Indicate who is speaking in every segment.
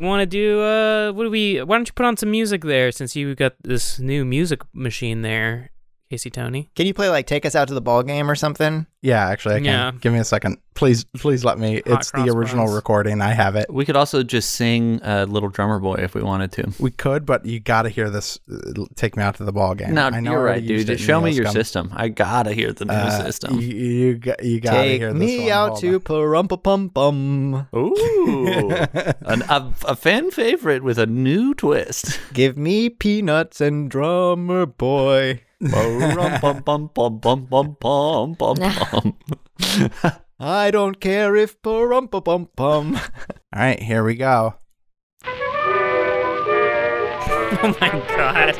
Speaker 1: want to do? Uh, what do we? Why don't you put on some music there since you got this new music machine there, Casey Tony?
Speaker 2: Can you play like "Take Us Out to the Ball Game" or something?
Speaker 3: Yeah, actually, I can.
Speaker 1: Yeah.
Speaker 3: Give me a second. Please, please let me.
Speaker 1: Hot
Speaker 3: it's the original
Speaker 1: crossbones.
Speaker 3: recording. I have it.
Speaker 4: We could also just sing uh, "Little Drummer Boy" if we wanted to.
Speaker 3: We could, but you got to hear this. uh, Take me out to the ball game.
Speaker 4: No,
Speaker 3: I know I
Speaker 4: you're
Speaker 3: already
Speaker 4: right,
Speaker 3: used
Speaker 4: dude.
Speaker 3: it in
Speaker 4: Show me
Speaker 3: Neil's
Speaker 4: your
Speaker 3: gum.
Speaker 4: system. I gotta hear the new
Speaker 3: Uh,
Speaker 4: system.
Speaker 3: You, you, got- you got to
Speaker 2: Take
Speaker 3: hear this
Speaker 2: me
Speaker 3: one.
Speaker 2: out
Speaker 3: Hold
Speaker 2: to
Speaker 3: on.
Speaker 2: parumpa pum pum.
Speaker 4: Ooh, An, a, a fan favorite with a new twist.
Speaker 2: Give me peanuts and drummer boy.
Speaker 4: Bum, bum, bum, bum, bum, bum, bum, bum, bum.
Speaker 2: I don't care if parumpa pum pum.
Speaker 3: All right, here we go.
Speaker 1: Oh my god!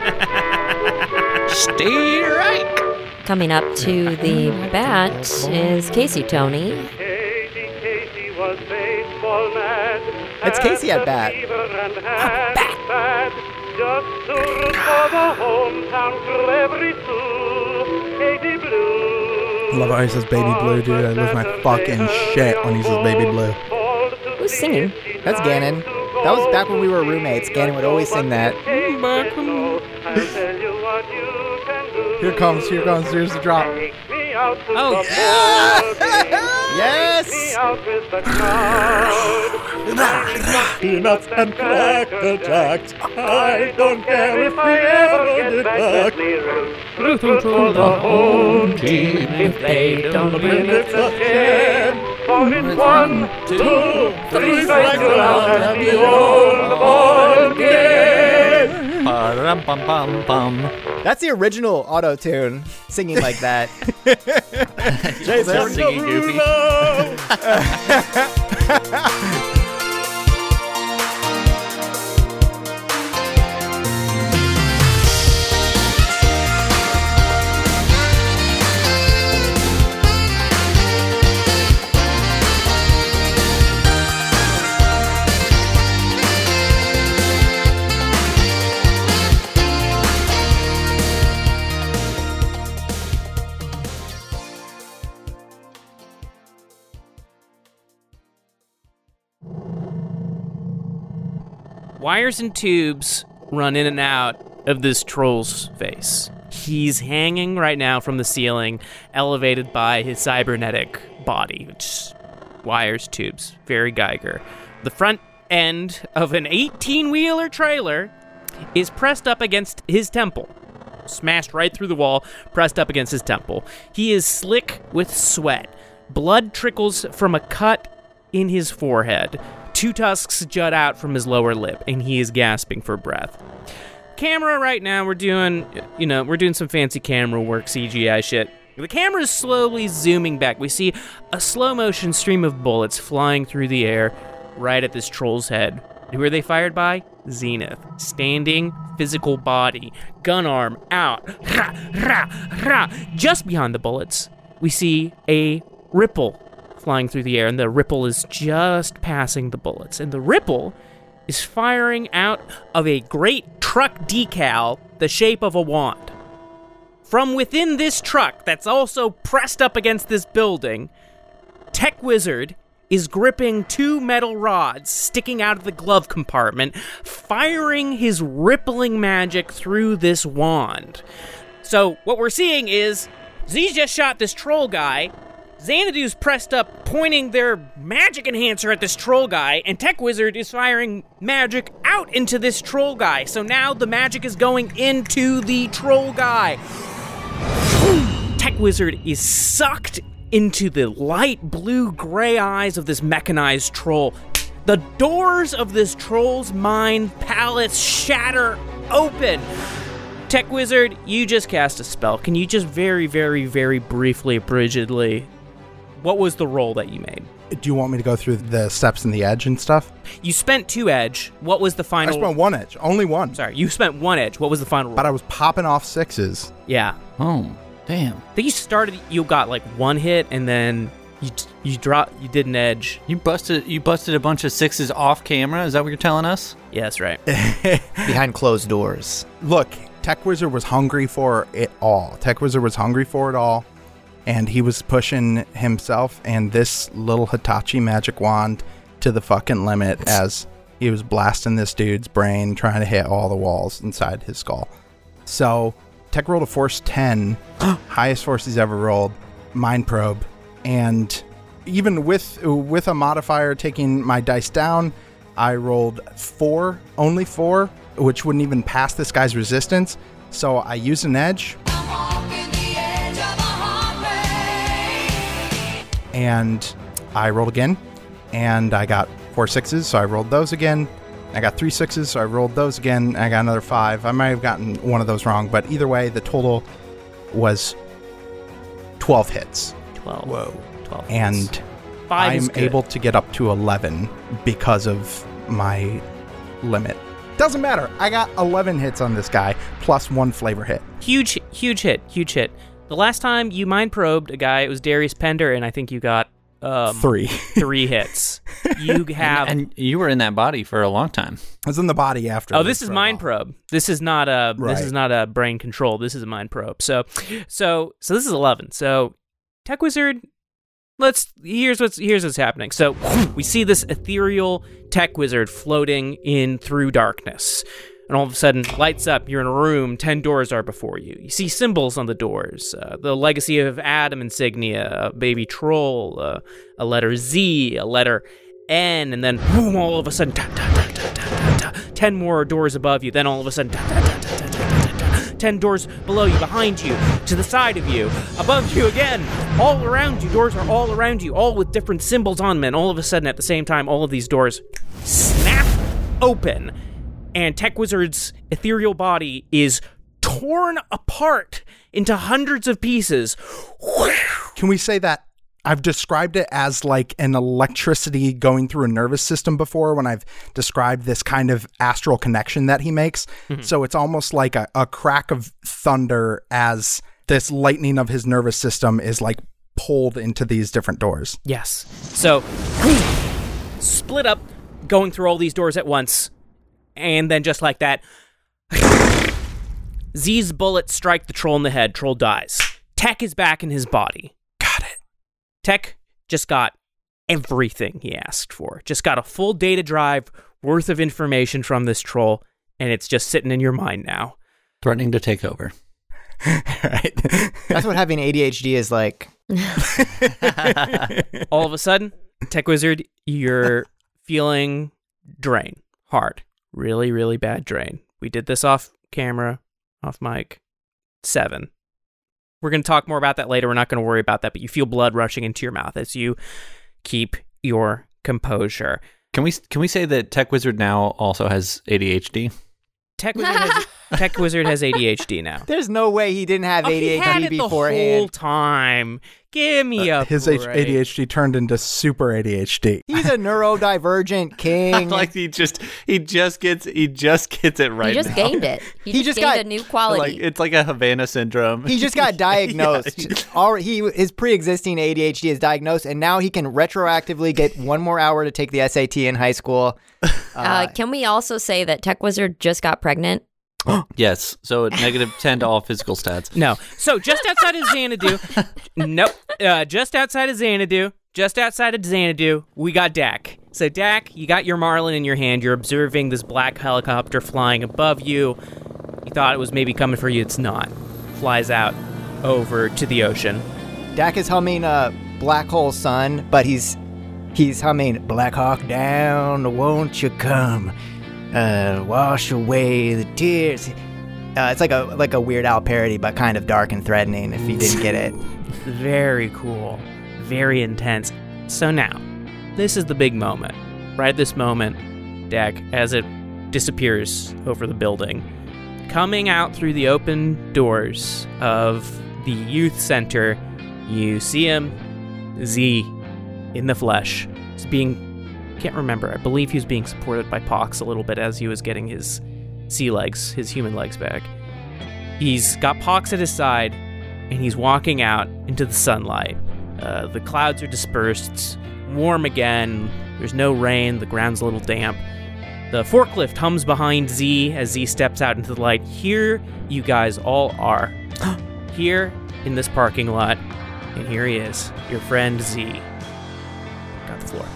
Speaker 4: Stay right.
Speaker 5: Coming up to the bat is Casey Tony.
Speaker 6: Casey, Casey was baseball mad.
Speaker 2: It's Casey at bat.
Speaker 6: Fever and had it bad. Just to root for the hometown for every soul. Katy Blue.
Speaker 3: I love how he says baby blue, dude. I lose my fucking shit when he says baby blue.
Speaker 5: Who's singing?
Speaker 2: That's Gannon. That was back when we were roommates. Gannon would always sing that.
Speaker 6: Back when... I'll tell you what you can do.
Speaker 3: Here comes, here comes, here's the drop.
Speaker 6: Take me out to
Speaker 1: Oh,
Speaker 6: the ball game. Take me
Speaker 2: Yes!
Speaker 6: out with the crowd. Peanuts and Cracker Jacks. I don't care if we ever get back. Root for the home team if they don't win. It's a shame. For it's one, two, three strikes you're out at the old ball game.
Speaker 4: Ba-dum, bum, bum, bum.
Speaker 2: That's the original auto tune singing like that.
Speaker 4: Just singing goofy.
Speaker 1: Wires and tubes run in and out of this troll's face. He's hanging right now from the ceiling, elevated by his cybernetic body, which is wires, tubes, very Geiger. The front end of an 18 wheeler trailer is pressed up against his temple. Smashed right through the wall, pressed up against his temple. He is slick with sweat. Blood trickles from a cut in his forehead. Two tusks jut out from his lower lip, and he is gasping for breath. Camera right now, we're doing, you know, we're doing some fancy camera work, CGI shit. The camera is slowly zooming back. We see a slow motion stream of bullets flying through the air right at this troll's head. Who are they fired by? Zenith. Standing, physical body, gun arm out, rah, rah, rah. just behind the bullets. We see a ripple flying through the air, and the ripple is just passing the bullets. And the ripple is firing out of a great truck decal the shape of a wand. From within this truck that's also pressed up against this building, Tech Wizard is gripping two metal rods sticking out of the glove compartment, firing his rippling magic through this wand. So, what we're seeing is Z's just shot this troll guy. Xanadu's pressed up, pointing their magic enhancer at this troll guy, and Tech Wizard is firing magic out into this troll guy. So now the magic is going into the troll guy. Tech Wizard is sucked into the light blue gray eyes of this mechanized troll. The doors of this troll's mind palace shatter open. Tech Wizard, you just cast a spell. Can you just very, very, very briefly, frigidly, what was the roll that you made?
Speaker 3: Do you want me to go through the steps and the edge and stuff?
Speaker 1: You spent two edge. What was the
Speaker 3: I
Speaker 1: final?
Speaker 3: spent one edge, only one.
Speaker 1: Sorry, you spent one edge. What was the final? roll?
Speaker 3: But I was popping off sixes.
Speaker 1: yeah,
Speaker 4: Oh, damn.
Speaker 1: I think you started. You got like one hit, and then you you drop. You did an edge.
Speaker 4: You busted you busted a bunch of sixes off camera. Is that what you're telling us?
Speaker 1: Yeah, that's right.
Speaker 3: Eh,
Speaker 2: Behind closed doors.
Speaker 3: Look, Tech Wizard was hungry for it all. Tech Wizard was hungry for it all, and he was pushing himself and this little Hitachi magic wand to the fucking limit as He was blasting this dude's brain, trying to hit all the walls inside his skull. So Tech rolled a force 10, highest force he's ever rolled, mind probe, and even with with a modifier taking my dice down, I rolled four, only four, which wouldn't even pass this guy's resistance. So I used an edge, and I rolled again, and I got four sixes, so I rolled those again. I got three sixes, so I rolled those again. and I got another five. I might have gotten one of those wrong, but either way, the total was 12 hits.
Speaker 1: 12.
Speaker 3: Whoa.
Speaker 1: 12. hits.
Speaker 3: And
Speaker 1: 5 is
Speaker 3: I'm
Speaker 1: good.
Speaker 3: able to get up to 11 because of my limit. Doesn't matter. I got 11 hits on this guy, plus one flavor hit.
Speaker 1: Huge, huge hit. Huge hit. The last time you mind probed a guy, it was Darius Pender, and I think you got um,
Speaker 3: Three.
Speaker 1: three hits. You have.
Speaker 4: and you were in that body for a long time.
Speaker 3: I was in the body after.
Speaker 1: Oh, this is
Speaker 3: for a
Speaker 1: mind
Speaker 3: while.
Speaker 1: probe. This is not a this is
Speaker 3: Right.
Speaker 1: not a brain control. This is a mind probe. So, so so this is eleven. So, Tech Wizard, let's here's what's here's what's happening. So we see this ethereal Tech Wizard floating in through darkness, and all of a sudden lights up. You're in a room. Ten doors are before you. You see symbols on the doors: uh, the legacy of Adam insignia, a baby troll, uh, a letter Z, a letter N, and then boom! All of a sudden, ta, ta, ta, ta, ta, ta, ta, ten more doors above you. Then all of a sudden, ta, ta, ta, ta, ta, ta, ta, ta, ten doors below you, behind you, to the side of you, above you again, all around you. Doors are all around you, all with different symbols on them. And all of a sudden, at the same time, all of these doors snap open, and Tech Wizard's ethereal body is torn apart into hundreds of pieces.
Speaker 3: Can we say that I've described it as like an electricity going through a nervous system before when I've described this kind of astral connection that he makes?
Speaker 7: Mm-hmm.
Speaker 3: So it's almost like a, a crack of thunder as this lightning of his nervous system is like pulled into these different doors.
Speaker 1: Yes. So, split up, going through all these doors at once, and then just like that, Z's bullets strike the troll in the head. Troll dies. Tech is back in his body. Got it. Tech just got everything he asked for. Just got a full data drive worth of information from this troll, and it's just sitting in your mind now.
Speaker 4: Threatening to take over.
Speaker 3: right.
Speaker 7: That's what having ADHD is like.
Speaker 1: all of a sudden, Tech Wizard, you're feeling drain hard, really, really bad drain. We did this off camera, off mic. Seven. We're gonna talk more about that later. We're not gonna worry about that, but you feel blood rushing into your mouth as you keep your composure.
Speaker 4: Can we can we say that Tech Wizard now also has ADHD?
Speaker 1: Tech Wizard has, Tech Wizard has ADHD now.
Speaker 7: There's no way he didn't have
Speaker 1: Oh, he had
Speaker 7: ADHD
Speaker 1: it the whole
Speaker 7: beforehand.
Speaker 1: time. Give me a
Speaker 7: Oh,
Speaker 3: Uh, His H-
Speaker 1: break.
Speaker 3: ADHD turned into super ADHD.
Speaker 7: He's a neurodivergent king.
Speaker 4: like he just he just gets he just gets it right.
Speaker 5: you just
Speaker 4: now.
Speaker 5: gained it. You
Speaker 7: He
Speaker 5: just,
Speaker 7: just
Speaker 5: gained
Speaker 7: got-
Speaker 5: a new
Speaker 4: Like
Speaker 5: quality.
Speaker 4: it's like a Havana syndrome.
Speaker 7: he just got diagnosed.
Speaker 4: Yeah.
Speaker 7: Alre- he his pre-existing ADHD is diagnosed, and now he can retroactively get one more hour to take the SAT in high school.
Speaker 5: uh, can we also say that Tech Wizard just got pregnant?
Speaker 4: yes. So at negative ten to all physical stats.
Speaker 1: No. So just outside of Xanadu, nope. Uh, just outside of Xanadu, just outside of Xanadu, we got Dak. So Dak, you got your Marlin in your hand. You're observing this black helicopter flying above you. You thought it was maybe coming for you. It's not. Flies out over to the ocean.
Speaker 7: Dak is humming uh, "Black Hole Sun," but he's he's humming "Black Hawk Down." Won't you come? Uh, wash away the tears. Uh, it's like a like a Weird Al parody, but kind of dark and threatening. If you didn't get it,
Speaker 1: Very cool. Very intense. So now, this is the big moment. Right at this moment, Dak, as it disappears over the building, coming out through the open doors of the youth center, you see him, Z, in the flesh. He's being. Can't remember. I believe he was being supported by Pox a little bit as he was getting his sea legs, his human legs back. He's got Pox at his side, and he's walking out into the sunlight. Uh, the clouds are dispersed, it's warm again, there's no rain, the ground's a little damp. The forklift hums behind Z as Z steps out into the light. Here you guys all are. here in this parking lot. And here he is, your friend Z. Got the floor.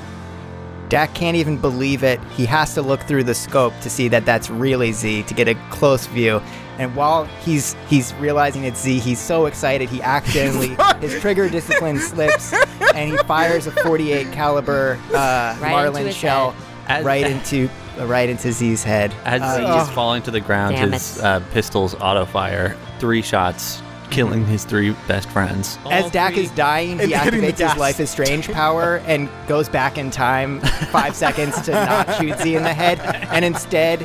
Speaker 7: Dak can't even believe it. He has to look through the scope to see that that's really Z to get a close view. And while he's he's realizing it's Z, he's so excited he accidentally his trigger discipline slips and he fires a 48 caliber uh,
Speaker 5: Right into
Speaker 7: Marlin
Speaker 5: his
Speaker 7: shell
Speaker 4: As-
Speaker 7: right into uh, right into Z's head.
Speaker 4: As
Speaker 7: Uh,
Speaker 4: he's falling to the ground,
Speaker 5: Damn
Speaker 4: his
Speaker 5: it.
Speaker 4: uh, pistols auto fire. Three shots, killing his three best friends.
Speaker 7: Mm-hmm. As Dak is dying, he
Speaker 3: And hitting the
Speaker 7: activates his
Speaker 3: gas.
Speaker 7: life is strange power and goes back in time five seconds to not shoot Z in the head, and instead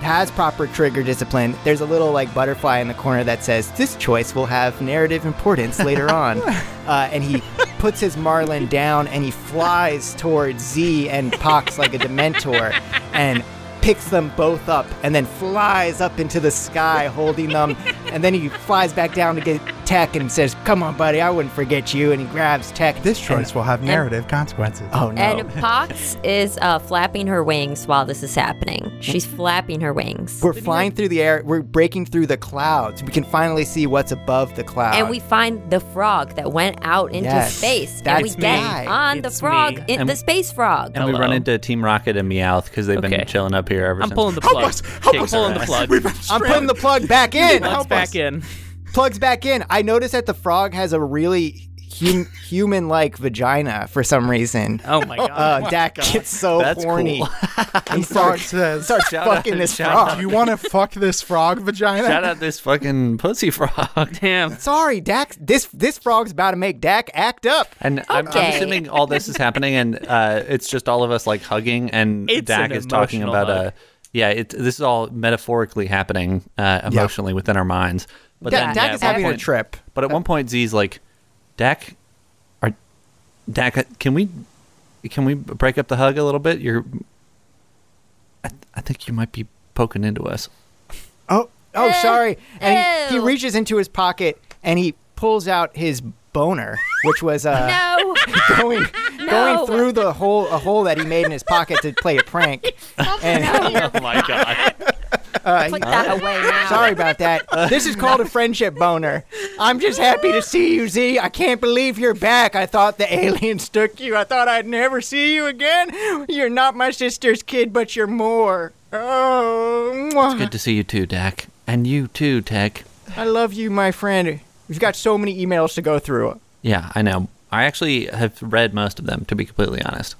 Speaker 7: has proper trigger discipline. There's a little like butterfly in the corner that says this choice will have narrative importance later on, uh, and he puts his Marlin down and he flies towards Z and Pox like a Dementor, and picks them both up and then flies up into the sky holding them and then he flies back down to get tech and says come on buddy i wouldn't forget you and he grabs tech
Speaker 3: This choice will have narrative consequences.
Speaker 7: oh no
Speaker 5: And Pox is uh, flapping her wings while this is happening. She's flapping her wings.
Speaker 7: we're flying through the air we're breaking through the clouds we can finally see what's above the cloud
Speaker 5: and we find the frog that went out into
Speaker 7: Yes,
Speaker 5: space. and
Speaker 7: that's
Speaker 5: we
Speaker 7: me.
Speaker 5: get on
Speaker 1: It's
Speaker 5: the frog,
Speaker 1: me.
Speaker 5: in,
Speaker 4: And-
Speaker 5: the space frog.
Speaker 4: And we
Speaker 1: Hello.
Speaker 4: run into Team Rocket and Meowth because they've
Speaker 1: Okay.
Speaker 4: been chilling up here ever
Speaker 1: I'm
Speaker 4: since.
Speaker 1: pulling the plug.
Speaker 3: us, help
Speaker 1: Okay,
Speaker 3: us.
Speaker 1: pulling the plug.
Speaker 3: We've been
Speaker 7: i'm putting the plug back in
Speaker 1: Plug's
Speaker 7: Help
Speaker 1: back
Speaker 7: us.
Speaker 1: in.
Speaker 7: plugs back in i notice that the frog has a really hum- human-like vagina for some reason
Speaker 1: Oh my god.
Speaker 7: uh, Dak gets so
Speaker 4: That's
Speaker 7: horny.
Speaker 4: cool.
Speaker 7: he
Speaker 3: frog
Speaker 7: starts,
Speaker 3: says,
Speaker 7: starts
Speaker 4: Shout
Speaker 7: fucking
Speaker 4: out-
Speaker 7: this
Speaker 4: shout
Speaker 7: frog.
Speaker 3: Do you want to fuck this frog vagina?
Speaker 4: Shout out this fucking pussy frog.
Speaker 1: Damn.
Speaker 7: Sorry, Dak. This this frog's about to make Dak act up.
Speaker 4: And I'm, I'm
Speaker 5: Okay.
Speaker 4: assuming all this is happening, and uh, it's just all of us like hugging, and
Speaker 1: It's
Speaker 4: Dak
Speaker 1: an
Speaker 4: is talking
Speaker 1: emotional
Speaker 4: about
Speaker 1: hug.
Speaker 4: a yeah. It, this is all metaphorically happening uh, emotionally within our minds. But
Speaker 7: Dak,
Speaker 4: then,
Speaker 7: Dak
Speaker 4: yeah,
Speaker 7: is
Speaker 4: at one
Speaker 7: having
Speaker 4: point-
Speaker 7: a trip.
Speaker 4: But at one point, Z's like, Dak, are Dak? Can we can we break up the hug a little bit? You're, I, I think you might be poking into us.
Speaker 7: Oh, oh, sorry. And he, he
Speaker 5: ew.
Speaker 7: reaches into his pocket and he pulls out his boner, which was uh,
Speaker 5: no,
Speaker 7: going
Speaker 5: No.
Speaker 7: going through the hole a hole that he made in his pocket to play a prank. And
Speaker 4: Oh my god!
Speaker 7: uh,
Speaker 5: put that away now.
Speaker 7: Sorry about that. This is called a friendship boner. I'm just happy to see you, Z. I can't believe you're back. I thought the aliens took you. I thought I'd never see you again. You're not my sister's kid, but you're more. Oh, mwah.
Speaker 4: Good to see you too, Dak, and you too, Tech.
Speaker 7: I love you, my friend. We've got so many emails to go through.
Speaker 4: Yeah, I know. I actually have read most of them, to be completely honest.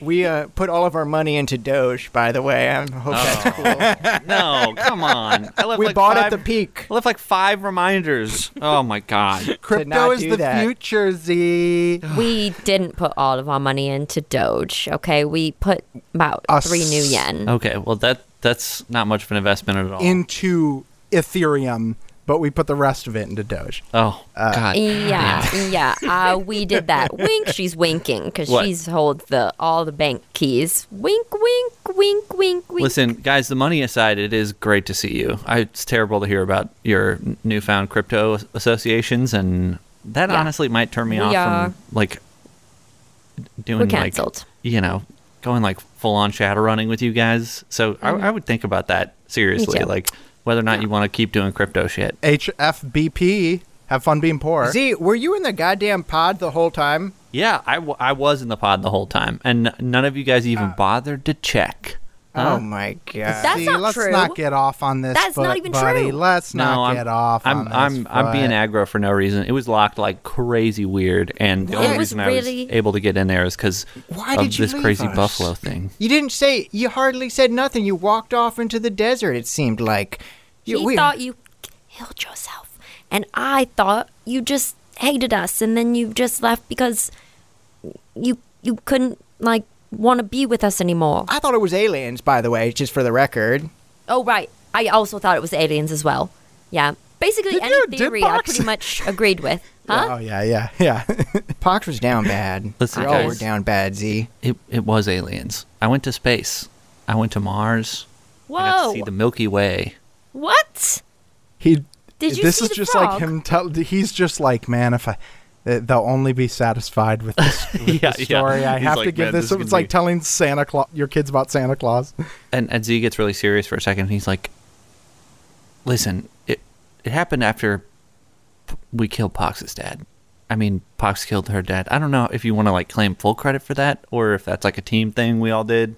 Speaker 7: We uh, put all of our money into Doge, by the way. I
Speaker 4: Oh.
Speaker 7: hope that's cool.
Speaker 4: No, come on. I left
Speaker 7: We
Speaker 4: like
Speaker 7: bought
Speaker 4: five,
Speaker 7: at the peak.
Speaker 4: I left like five reminders. Oh my god.
Speaker 3: Crypto
Speaker 7: not
Speaker 3: is
Speaker 7: do
Speaker 3: the
Speaker 7: that.
Speaker 3: future, Z.
Speaker 5: We didn't put all of our money into Doge, okay? We put about
Speaker 3: Us.
Speaker 5: three new yen.
Speaker 4: Okay, well that that's not much of an investment at all.
Speaker 3: Into Ethereum, but we put the rest of it into Doge.
Speaker 4: oh
Speaker 7: Uh,
Speaker 4: god.
Speaker 5: Yeah, yeah. Uh, we did that. Wink, she's winking because
Speaker 4: What?
Speaker 5: she's holds the all the bank keys. Wink, wink, wink, wink, wink.
Speaker 4: Listen, guys, the money aside, it is great to see you. I, it's terrible to hear about your n- newfound crypto associations and that
Speaker 5: Yeah.
Speaker 4: honestly might turn me
Speaker 5: We
Speaker 4: off
Speaker 5: are-
Speaker 4: from like doing
Speaker 5: We're
Speaker 4: like
Speaker 5: canceled.
Speaker 4: you know, going like full on shadow running with you guys. So I, I would think about that seriously,
Speaker 5: Mm-hmm. too.
Speaker 4: like whether or not you want to keep doing crypto shit.
Speaker 3: HFBP. Have fun being poor.
Speaker 7: Z, were you in the goddamn pod the whole time?
Speaker 4: Yeah, I, w- I was in the pod the whole time, and n- none of you guys even
Speaker 5: Uh.
Speaker 4: bothered to check.
Speaker 7: Oh my god.
Speaker 5: That's
Speaker 3: See,
Speaker 5: not
Speaker 3: let's
Speaker 5: true.
Speaker 3: not get off on this.
Speaker 5: That's not
Speaker 3: foot,
Speaker 5: even
Speaker 3: buddy.
Speaker 5: true.
Speaker 3: Let's
Speaker 4: No,
Speaker 3: not
Speaker 4: I'm,
Speaker 3: get off.
Speaker 4: I'm
Speaker 3: on this
Speaker 4: I'm I'm being
Speaker 3: foot.
Speaker 4: aggro for no reason. It was locked like crazy weird, and the
Speaker 5: It
Speaker 4: only
Speaker 5: was
Speaker 4: reason I
Speaker 5: really-
Speaker 4: was able to get in there is because
Speaker 7: Why
Speaker 4: of
Speaker 7: did you
Speaker 4: this
Speaker 7: leave
Speaker 4: crazy
Speaker 7: us?
Speaker 4: buffalo thing.
Speaker 7: You didn't say. You hardly said nothing. You walked off into the desert. It seemed like. You,
Speaker 5: He
Speaker 7: we-
Speaker 5: thought you killed yourself, and I thought you just hated us, and then you just left because you you couldn't like want to be with us anymore.
Speaker 7: I thought it was aliens, by the way, just for the record.
Speaker 5: Oh right, I also thought it was aliens as well. Yeah, basically
Speaker 3: Did you
Speaker 5: any
Speaker 3: have dip
Speaker 5: theory I
Speaker 3: box?
Speaker 5: pretty much agreed with.
Speaker 3: Oh
Speaker 5: Huh?
Speaker 3: yeah, yeah, yeah.
Speaker 7: Pox was down bad.
Speaker 4: Listen,
Speaker 7: we all
Speaker 4: guys.
Speaker 7: were down bad. Z.
Speaker 4: It it was aliens. I went to space. I went to Mars. I got to see
Speaker 5: Whoa!
Speaker 4: the Milky Way.
Speaker 5: What?
Speaker 3: he.
Speaker 5: Did you
Speaker 3: this
Speaker 5: see
Speaker 3: is
Speaker 5: the
Speaker 3: just
Speaker 5: frog?
Speaker 3: like him. Tell, he's just like, man, if I, th- they'll only be satisfied with this, with
Speaker 4: Yeah,
Speaker 3: this
Speaker 4: yeah.
Speaker 3: story. I
Speaker 4: He's
Speaker 3: have to
Speaker 4: like,
Speaker 3: give
Speaker 4: "Man,
Speaker 3: this.
Speaker 4: this is
Speaker 3: It's
Speaker 4: gonna
Speaker 3: like
Speaker 4: be-"
Speaker 3: telling Santa Claus your kids about Santa Claus.
Speaker 4: and, and Z gets really serious for a second. He's like, "Listen, it it happened after p- we killed Pox's dad. I mean, Pox killed her dad. I don't know if you want to like claim full credit for that or if that's like a team thing we all did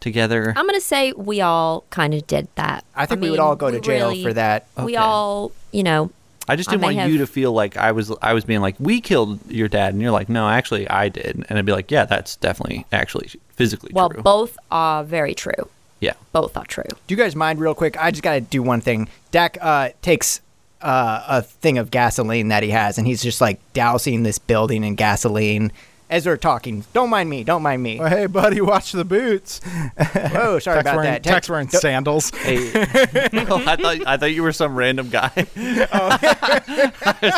Speaker 4: together.
Speaker 5: I'm gonna say we all kind of did that.
Speaker 7: I think we would all go to jail for that.
Speaker 5: We
Speaker 4: Okay.
Speaker 5: all, you know,
Speaker 4: I just
Speaker 5: I
Speaker 4: didn't
Speaker 5: may
Speaker 4: want
Speaker 5: have-
Speaker 4: you to feel like I was I was being like we killed your dad and you're like no actually I did and I'd be like yeah that's definitely actually physically
Speaker 5: well,
Speaker 4: true.
Speaker 5: both are very true.
Speaker 4: yeah.
Speaker 5: Both are true.
Speaker 7: Do you guys mind real quick? I just gotta do one thing. Dak uh, takes uh, a thing of gasoline that he has, and he's just like dousing this building in gasoline as we're talking. Don't mind me. Don't mind me.
Speaker 3: Well, hey, buddy, watch the boots.
Speaker 7: Oh, sorry
Speaker 3: Tex
Speaker 7: about
Speaker 3: wearing,
Speaker 7: that.
Speaker 3: Tex wearing sandals.
Speaker 4: Hey, oh, I thought I thought you were some random guy. it's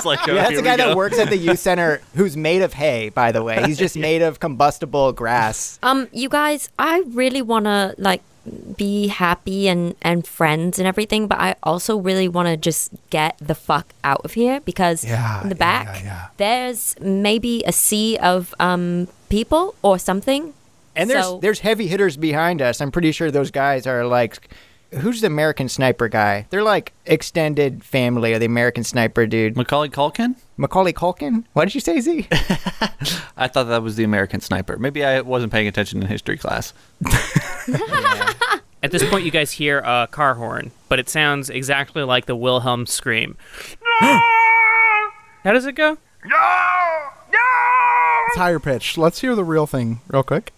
Speaker 4: like oh,
Speaker 7: Oh. Yeah, that's
Speaker 4: here
Speaker 7: the
Speaker 4: we
Speaker 7: guy
Speaker 4: go.
Speaker 7: that works at the youth center who's made of hay, by the way. He's just made of combustible grass.
Speaker 5: Um, you guys, I really want to like be happy and and friends and everything, but I also really want to just get the fuck out of here because
Speaker 3: Yeah,
Speaker 5: in the
Speaker 3: yeah,
Speaker 5: back
Speaker 3: yeah, yeah.
Speaker 5: there's maybe a sea of um people or something.
Speaker 7: And there's
Speaker 5: So-
Speaker 7: there's heavy hitters behind us. I'm pretty sure those guys are like who's the American sniper guy? They're like extended family of the American sniper dude.
Speaker 4: Macaulay Culkin.
Speaker 7: Macaulay Culkin? What did you say, Z?
Speaker 4: I thought that was the American Sniper. Maybe I wasn't paying attention in history class.
Speaker 1: At this point, you guys hear a car horn, but it sounds exactly like the Wilhelm scream. How does it go?
Speaker 3: It's higher pitched. Let's hear the real thing real quick.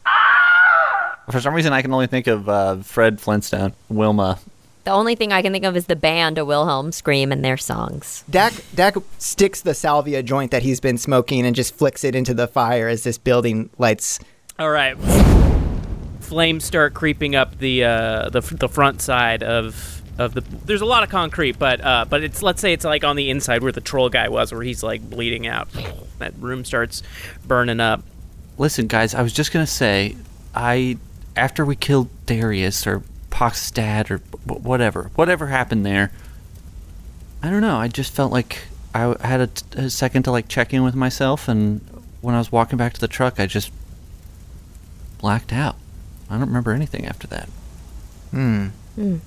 Speaker 4: For some reason, I can only think of uh, Fred Flintstone, Wilma.
Speaker 5: The only thing I can think of is the band A Wilhelm Scream and their songs.
Speaker 7: Dak Dak sticks the salvia joint that he's been smoking and just flicks it into the fire as this building lights.
Speaker 1: All right. Flames start creeping up the uh, the f- the front side of of the. There's a lot of concrete, but uh, but it's let's say it's like on the inside where the troll guy was, where he's like bleeding out. That room starts burning up.
Speaker 4: Listen, guys, I was just gonna say, I after we killed Darius or Pox's dad or wh- whatever, whatever happened there, I don't know. I just felt like I w- had a, t- a second to like check in with myself, and when I was walking back to the truck, I just blacked out. I don't remember anything after that.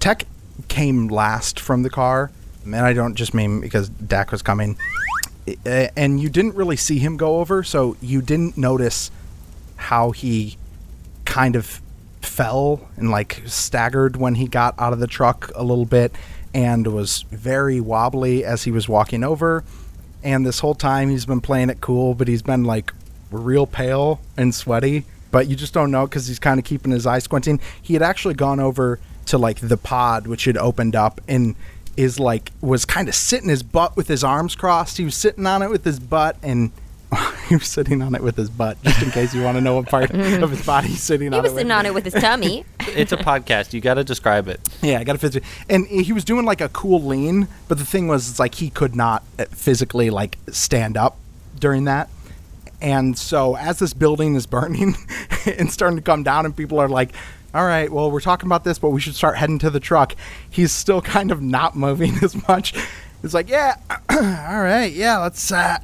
Speaker 3: Tech came last from the car, and I don't just mean because Dak was coming. Uh, And you didn't really see him go over, so you didn't notice how he kind of fell and like staggered when he got out of the truck a little bit and was very wobbly as he was walking over. And this whole time he's been playing it cool, but he's been like real pale and sweaty. But you just don't know because he's kind of keeping his eyes squinting. He had actually gone over to like the pod, which had opened up, and is like was kind of sitting his butt with his arms crossed. He was sitting on it with his butt and. he was sitting on it with his butt, just in case you want to know what part of his body he's sitting
Speaker 5: He
Speaker 3: on.
Speaker 5: was
Speaker 3: it
Speaker 5: sitting
Speaker 3: with.
Speaker 5: on it with his tummy.
Speaker 4: It's a podcast. You got to describe it.
Speaker 3: Yeah, I got a physical. And he was doing like a cool lean, but the thing was, it's like he could not uh, physically like stand up during that. And so as this building is burning and starting to come down, and people are like, all right, well, we're talking about this, but we should start heading to the truck. He's still kind of not moving as much. It's like, yeah, all right, yeah, let's uh,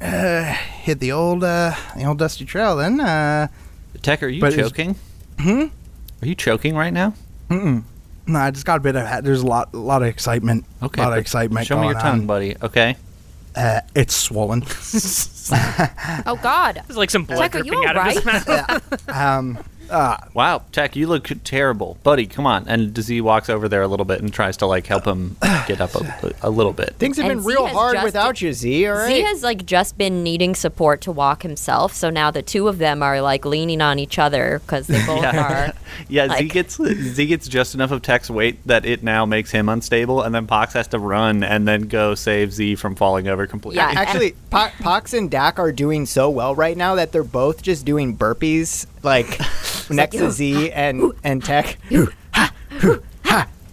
Speaker 3: uh, hit the old uh, the old dusty trail then. Uh,
Speaker 4: Tech, are you
Speaker 3: But it's-
Speaker 4: choking? Hmm. Are you choking right now?
Speaker 3: No, I just got a bit of. There's a lot, a lot of excitement.
Speaker 4: Okay.
Speaker 3: a lot of
Speaker 4: but
Speaker 3: excitement.
Speaker 4: Show me your
Speaker 3: going
Speaker 4: tongue,
Speaker 3: on.
Speaker 4: buddy. Okay.
Speaker 3: Uh, it's swollen.
Speaker 5: oh God.
Speaker 1: There's like some blood
Speaker 5: Jack, are you
Speaker 1: dripping out of his mouth.
Speaker 3: Um,
Speaker 4: Wow, Tech, you look terrible, buddy. Come on. And Dizzy walks over there a little bit and tries to like help him get up a, a little bit.
Speaker 7: Things have
Speaker 5: And
Speaker 7: been
Speaker 5: Z
Speaker 7: real
Speaker 5: has
Speaker 7: hard
Speaker 5: just-
Speaker 7: without you, Z, all right?
Speaker 5: Z has like just been needing support to walk himself, so now the two of them are like leaning on each other because they both are.
Speaker 4: Yeah, Z
Speaker 5: Like-
Speaker 4: gets Z gets just enough of Tech's weight that it now makes him unstable, and then Pox has to run and then go save Z from falling over completely.
Speaker 5: Yeah.
Speaker 7: Actually, po- Pox and Dak are doing so well right now that they're both just doing burpees, like next to Z and and Tech.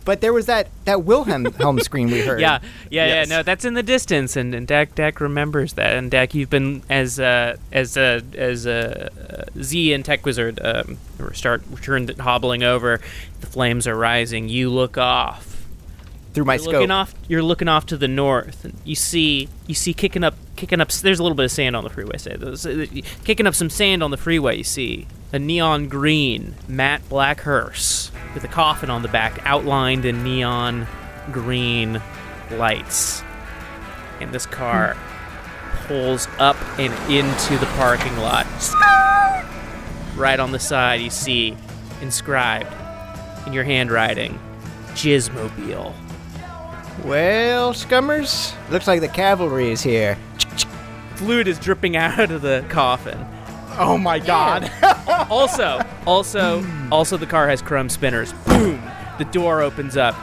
Speaker 7: But there was that that Wilhelm Helm scream we heard.
Speaker 1: Yeah, yeah,
Speaker 4: Yes.
Speaker 1: yeah. No, that's in the distance, and, and Dak Dak remembers that. And Dak, you've been as uh, as uh, as uh, uh, Z and Tech Wizard um, start return hobbling over. The flames are rising. You look off.
Speaker 7: through my
Speaker 1: you're
Speaker 7: scope.
Speaker 1: looking off. You're looking off to the north, and you see you see kicking up kicking up. There's a little bit of sand on the freeway. Say those kicking up some sand on the freeway. You see a neon green matte black hearse with a coffin on the back, outlined in neon green lights, and this car pulls up and into the parking lot. Right on the side, you see inscribed in your handwriting, Jizmobile.
Speaker 7: Well, scummers, looks like the cavalry is here.
Speaker 1: Fluid is dripping out of the coffin.
Speaker 3: Oh my god.
Speaker 1: Also, also, also, the car has chrome spinners. Boom! The door opens up.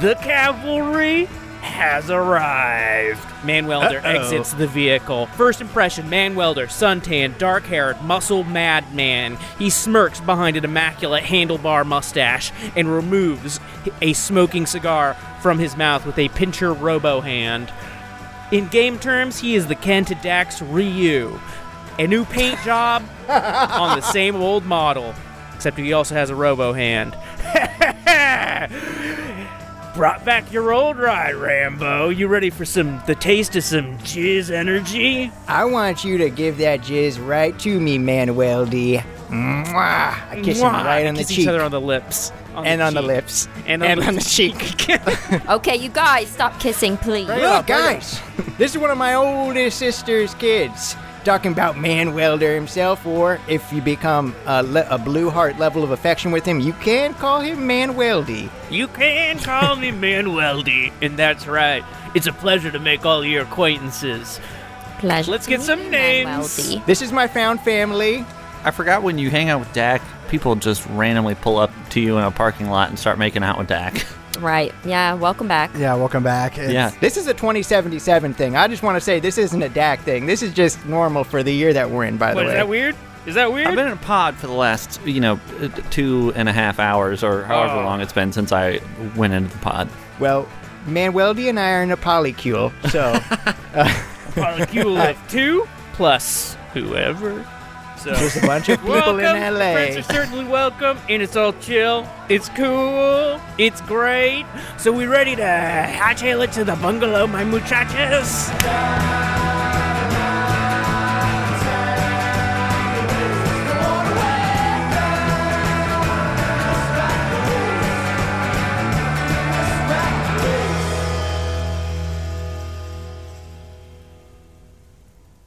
Speaker 1: The cavalry has arrived. Man Welder exits the vehicle. First impression Man Welder, suntan, dark haired, muscle mad man. He smirks behind an immaculate handlebar mustache and removes a smoking cigar from his mouth with a pincher robo hand. In game terms, he is the Ken to Dax Ryu. A new paint job on the same old model, except he also has a robo hand. Brought back your old ride, Rambo. You ready for some the taste of some jizz energy?
Speaker 7: I want you to give that jizz right to me, Manuel D. Mwah. I kiss him
Speaker 1: Mwah!
Speaker 7: right on the
Speaker 1: Kiss
Speaker 7: cheek
Speaker 1: each other on the lips, on
Speaker 7: and on the
Speaker 1: cheek,
Speaker 7: lips
Speaker 1: and on, the,
Speaker 7: cheek.
Speaker 5: Okay, you guys, stop kissing, please.
Speaker 7: Look, guys, this is one of my oldest sister's kids. Talking about man welder himself, or if you become a, le- a blue heart level of affection with him, you can call him man weldy.
Speaker 1: You can call me Manuel D, and that's right. It's a pleasure to make all your acquaintances.
Speaker 5: Pleasure.
Speaker 1: Let's get some names.
Speaker 5: Manuel D.
Speaker 7: This is my found family.
Speaker 4: I forgot when you hang out with Dak, people just randomly pull up to you in a parking lot and start making out with Dak.
Speaker 5: Right. Yeah. Welcome back.
Speaker 3: yeah, welcome back. It's-
Speaker 4: yeah.
Speaker 7: This is a 2077 thing. I just want to say this isn't a DAC thing. This is just normal for the year that we're in, by
Speaker 1: What
Speaker 7: the
Speaker 1: is
Speaker 7: way.
Speaker 1: that weird? Is that weird?
Speaker 4: I've been in a pod for the last, you know, uh, two and a half hours or however
Speaker 1: Oh.
Speaker 4: long it's been since I went into the pod.
Speaker 7: well, Manueldi and I are in a polycule, so
Speaker 1: molecule of two plus whoever. So
Speaker 7: there's a bunch of people
Speaker 1: welcome,
Speaker 7: in
Speaker 1: friends
Speaker 7: LA.
Speaker 1: are certainly welcome, and it's all chill. It's cool. It's great. So we ready to hightail it to the bungalow, my muchachos?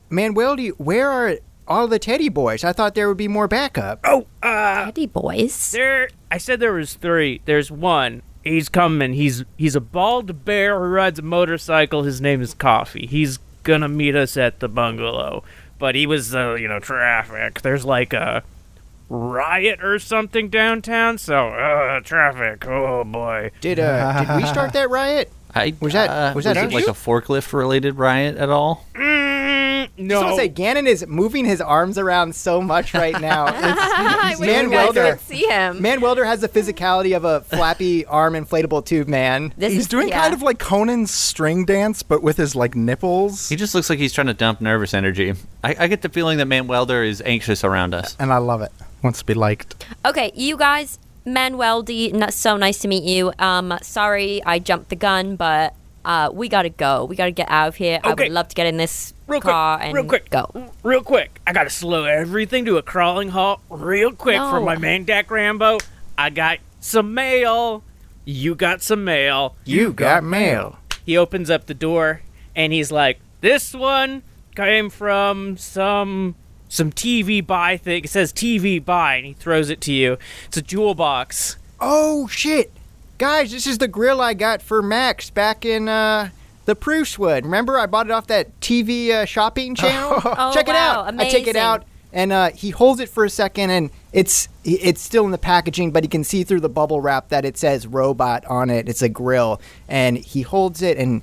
Speaker 7: Manueldi, where are all the teddy boys? I thought there would be more backup.
Speaker 1: Oh, uh,
Speaker 5: Teddy boys.
Speaker 1: there. I said there was three. There's one. He's coming. He's he's a bald bear who rides a motorcycle. His name is Coffee. He's gonna meet us at the bungalow. But he was, uh, you know, traffic. There's like a riot or something downtown. So uh, traffic. Oh boy.
Speaker 7: Did uh, did we start that riot?
Speaker 4: I,
Speaker 7: Was that-
Speaker 4: uh,
Speaker 7: was that
Speaker 4: it
Speaker 7: us?
Speaker 4: like a forklift related riot at all?
Speaker 1: Mm,
Speaker 7: I just
Speaker 1: no.
Speaker 7: want to say Gannon is moving his arms around so much right now. It's-
Speaker 5: I wish
Speaker 7: Man
Speaker 5: you guys
Speaker 7: Welder.
Speaker 5: could see him.
Speaker 7: Man Welder has the physicality of a flappy arm inflatable tube man.
Speaker 5: This
Speaker 3: He's
Speaker 5: is-
Speaker 3: doing
Speaker 5: yeah.
Speaker 3: kind of like Conan's string dance, but with his like nipples.
Speaker 4: He just looks like he's trying to dump nervous energy. I, I get the feeling that Man Welder is anxious around us.
Speaker 3: and I love it. Wants to be liked.
Speaker 5: Okay, you guys. Manuel D. n- So nice to meet you. Um, sorry I jumped the gun, but uh, we gotta go. We gotta get out of here. I
Speaker 1: Okay.
Speaker 5: would love to get in this
Speaker 1: real
Speaker 5: car
Speaker 1: quick,
Speaker 5: and
Speaker 1: real quick,
Speaker 5: go.
Speaker 1: r- real quick. I gotta slow everything to a crawling halt, real quick, for
Speaker 5: No.
Speaker 1: my man Dak Rambo. I got some mail. You got some mail.
Speaker 7: You got mail.
Speaker 1: He opens up the door and he's like, "This one came from some." Some TV buy thing. It says TV buy, and he throws it to you. It's a jewel box.
Speaker 7: Oh shit, guys! This is the grill I got for Max back in uh, the Proosewood. Remember, I bought it off that TV uh, shopping channel.
Speaker 5: Oh,
Speaker 7: Check it
Speaker 5: wow,
Speaker 7: out. I take it
Speaker 5: amazing.
Speaker 7: out, and uh, he holds it for a second, and it's it's still in the packaging, but he can see through the bubble wrap that it says robot on it. It's a grill, and he holds it and.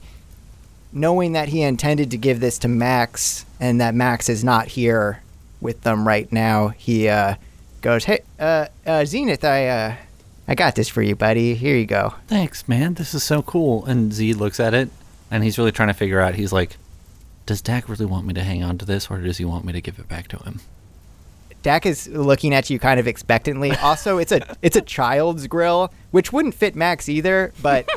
Speaker 7: Knowing that he intended to give this to Max and that Max is not here with them right now, he uh, goes, "Hey, uh, uh, Zenith, I uh, I got this for you, buddy. Here you go.
Speaker 4: Thanks, man. This is so cool. And Z looks at it and he's really trying to figure out. He's like, does Dak really want me to hang on to this or does he want me to give it back to him?
Speaker 7: Dak is looking at you kind of expectantly. Also, it's a it's a child's grill, which wouldn't fit Max either. But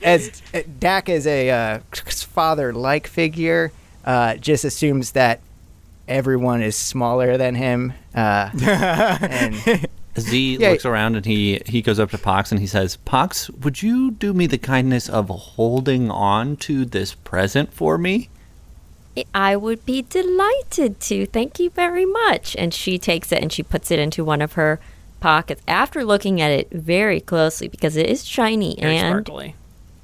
Speaker 7: as uh, Dak is a uh, father-like figure, uh, just assumes that everyone is smaller than him. Uh, and
Speaker 4: Z
Speaker 7: Yeah.
Speaker 4: looks around and he, he goes up to Pox and he says, Pox, would you do me the kindness of holding on to this present for me?
Speaker 5: I would be delighted to. Thank you very much. And she takes it and she puts it into one of her pockets after looking at it very closely because it is shiny
Speaker 1: Very
Speaker 5: and
Speaker 1: sparkly.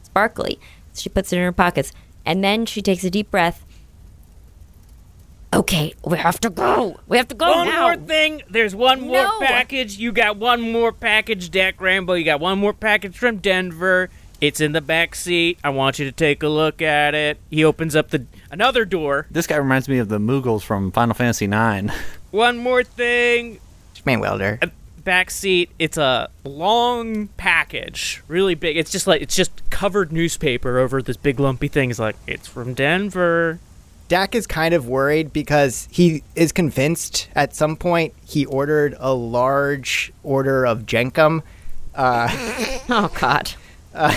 Speaker 5: sparkly. She puts it in her pockets and then she takes a deep breath. Okay, we have to go. We have to go
Speaker 1: One
Speaker 5: now.
Speaker 1: more thing. There's one more
Speaker 5: Oh, No.
Speaker 1: package. You got one more package, Dak Rambo. You got one more package from Denver. It's in the back seat. I want you to take a look at it. He opens up the another door.
Speaker 4: This guy reminds me of the Moogles from Final Fantasy IX.
Speaker 1: One more thing.
Speaker 7: Man welder.
Speaker 1: A Back seat. It's a long package, really big. It's just like it's just covered newspaper over this big lumpy thing. It's like it's from Denver.
Speaker 7: Dak is kind of worried because he is convinced at some point he ordered a large order of Jenkum.
Speaker 5: Oh God,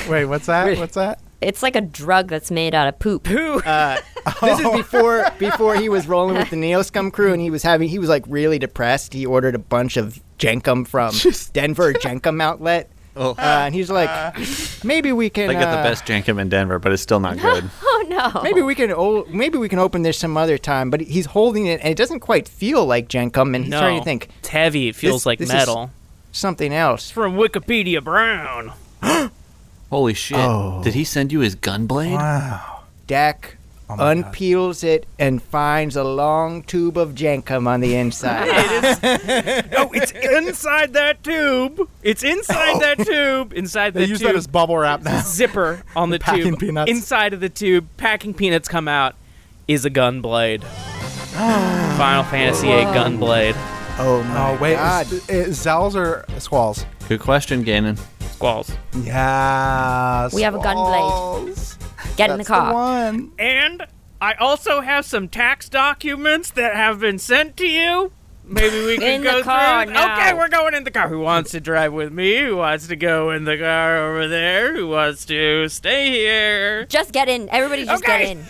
Speaker 3: Wait, what's that? What's that?
Speaker 5: it's like a drug that's made out of poop.
Speaker 7: This is before before he was rolling with the Neo Scum crew and he was having he was like really depressed. He ordered a bunch of Jenkum from Denver Jenkum outlet. Uh, and he's like, maybe we can.
Speaker 4: They got the
Speaker 7: uh,
Speaker 4: best Jankum in Denver, but it's still not good.
Speaker 5: Oh no.
Speaker 7: Maybe we can. Oh, maybe we can open this some other time. But he's holding it, and it doesn't quite feel like Jenkum. And he's
Speaker 1: no,
Speaker 7: trying to think
Speaker 1: it's heavy. It feels
Speaker 7: This-
Speaker 1: like
Speaker 7: this is-
Speaker 1: metal.
Speaker 7: something else.
Speaker 1: From Wikipedia Brown.
Speaker 4: Holy shit. Did he send you his gunblade? Uh,
Speaker 7: Dak unpeels it and finds a long tube of Jenkum on the inside.
Speaker 1: Oh, it's inside that tube. It's inside that tube. Inside
Speaker 3: Oh. They
Speaker 1: the
Speaker 3: use
Speaker 1: tube.
Speaker 3: that as bubble wrap now.
Speaker 1: zipper on the
Speaker 3: Packing
Speaker 1: tube.
Speaker 3: peanuts.
Speaker 1: Inside of the tube, packing peanuts come out, is a gun blade. Final Fantasy VIII gun blade.
Speaker 7: oh my
Speaker 3: Oh wait,
Speaker 7: God.
Speaker 3: is, is Zells or Squalls?
Speaker 4: Good question, Ganon.
Speaker 1: Squalls.
Speaker 3: Yeah,
Speaker 5: We have a gun blade. Get in the car.
Speaker 3: one.
Speaker 1: And I also have some tax documents that have been sent to you. Maybe we can
Speaker 5: In
Speaker 1: go
Speaker 5: the car
Speaker 1: through.
Speaker 5: now.
Speaker 1: Okay, we're going in the car. Who wants to drive with me? Who wants to go in the car over there? Who wants to stay here?
Speaker 5: Just get in. Everybody just
Speaker 1: Okay.
Speaker 5: get in.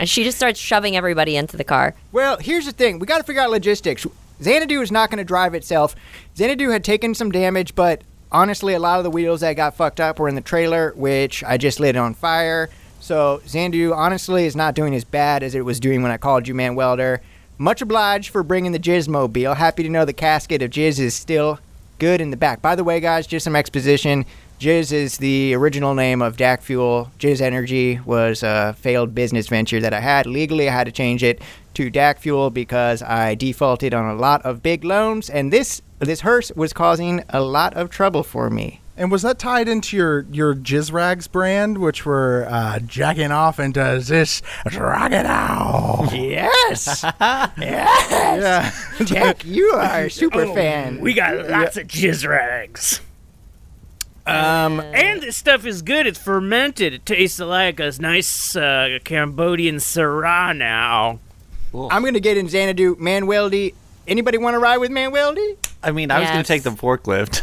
Speaker 5: And she just starts shoving everybody into the car.
Speaker 7: Well, here's the thing. We got to figure out logistics. Xanadu is not going to drive itself. Xanadu had taken some damage, but honestly, a lot of the wheels that got fucked up were in the trailer, which I just lit on fire. So Xanadu honestly is not doing as bad as it was doing when I called you, man, welder. Much obliged for bringing the Jizzmobile. Happy to know the casket of Jizz is still good in the back. By the way, guys, just some exposition. Jizz is the original name of DAC Fuel. Jizz Energy was a failed business venture that I had. Legally, I had to change it to DAC Fuel because I defaulted on a lot of big loans, and this this hearse was causing a lot of trouble for me.
Speaker 3: And was that tied into your your Jizz Rags brand, which were uh, jacking off into this rocket owl?
Speaker 7: Yes,
Speaker 3: Yeah,
Speaker 7: Jack, you are a super fan.
Speaker 1: Oh, We got lots of jizz rags. Um, and this stuff is good. It's fermented. It tastes like a nice uh, Cambodian Syrah now.
Speaker 7: I'm gonna get in Xanadu, Manueldi. Anybody want to ride with Manueldi?
Speaker 4: I mean, I was going
Speaker 5: Yes.
Speaker 4: to take the forklift.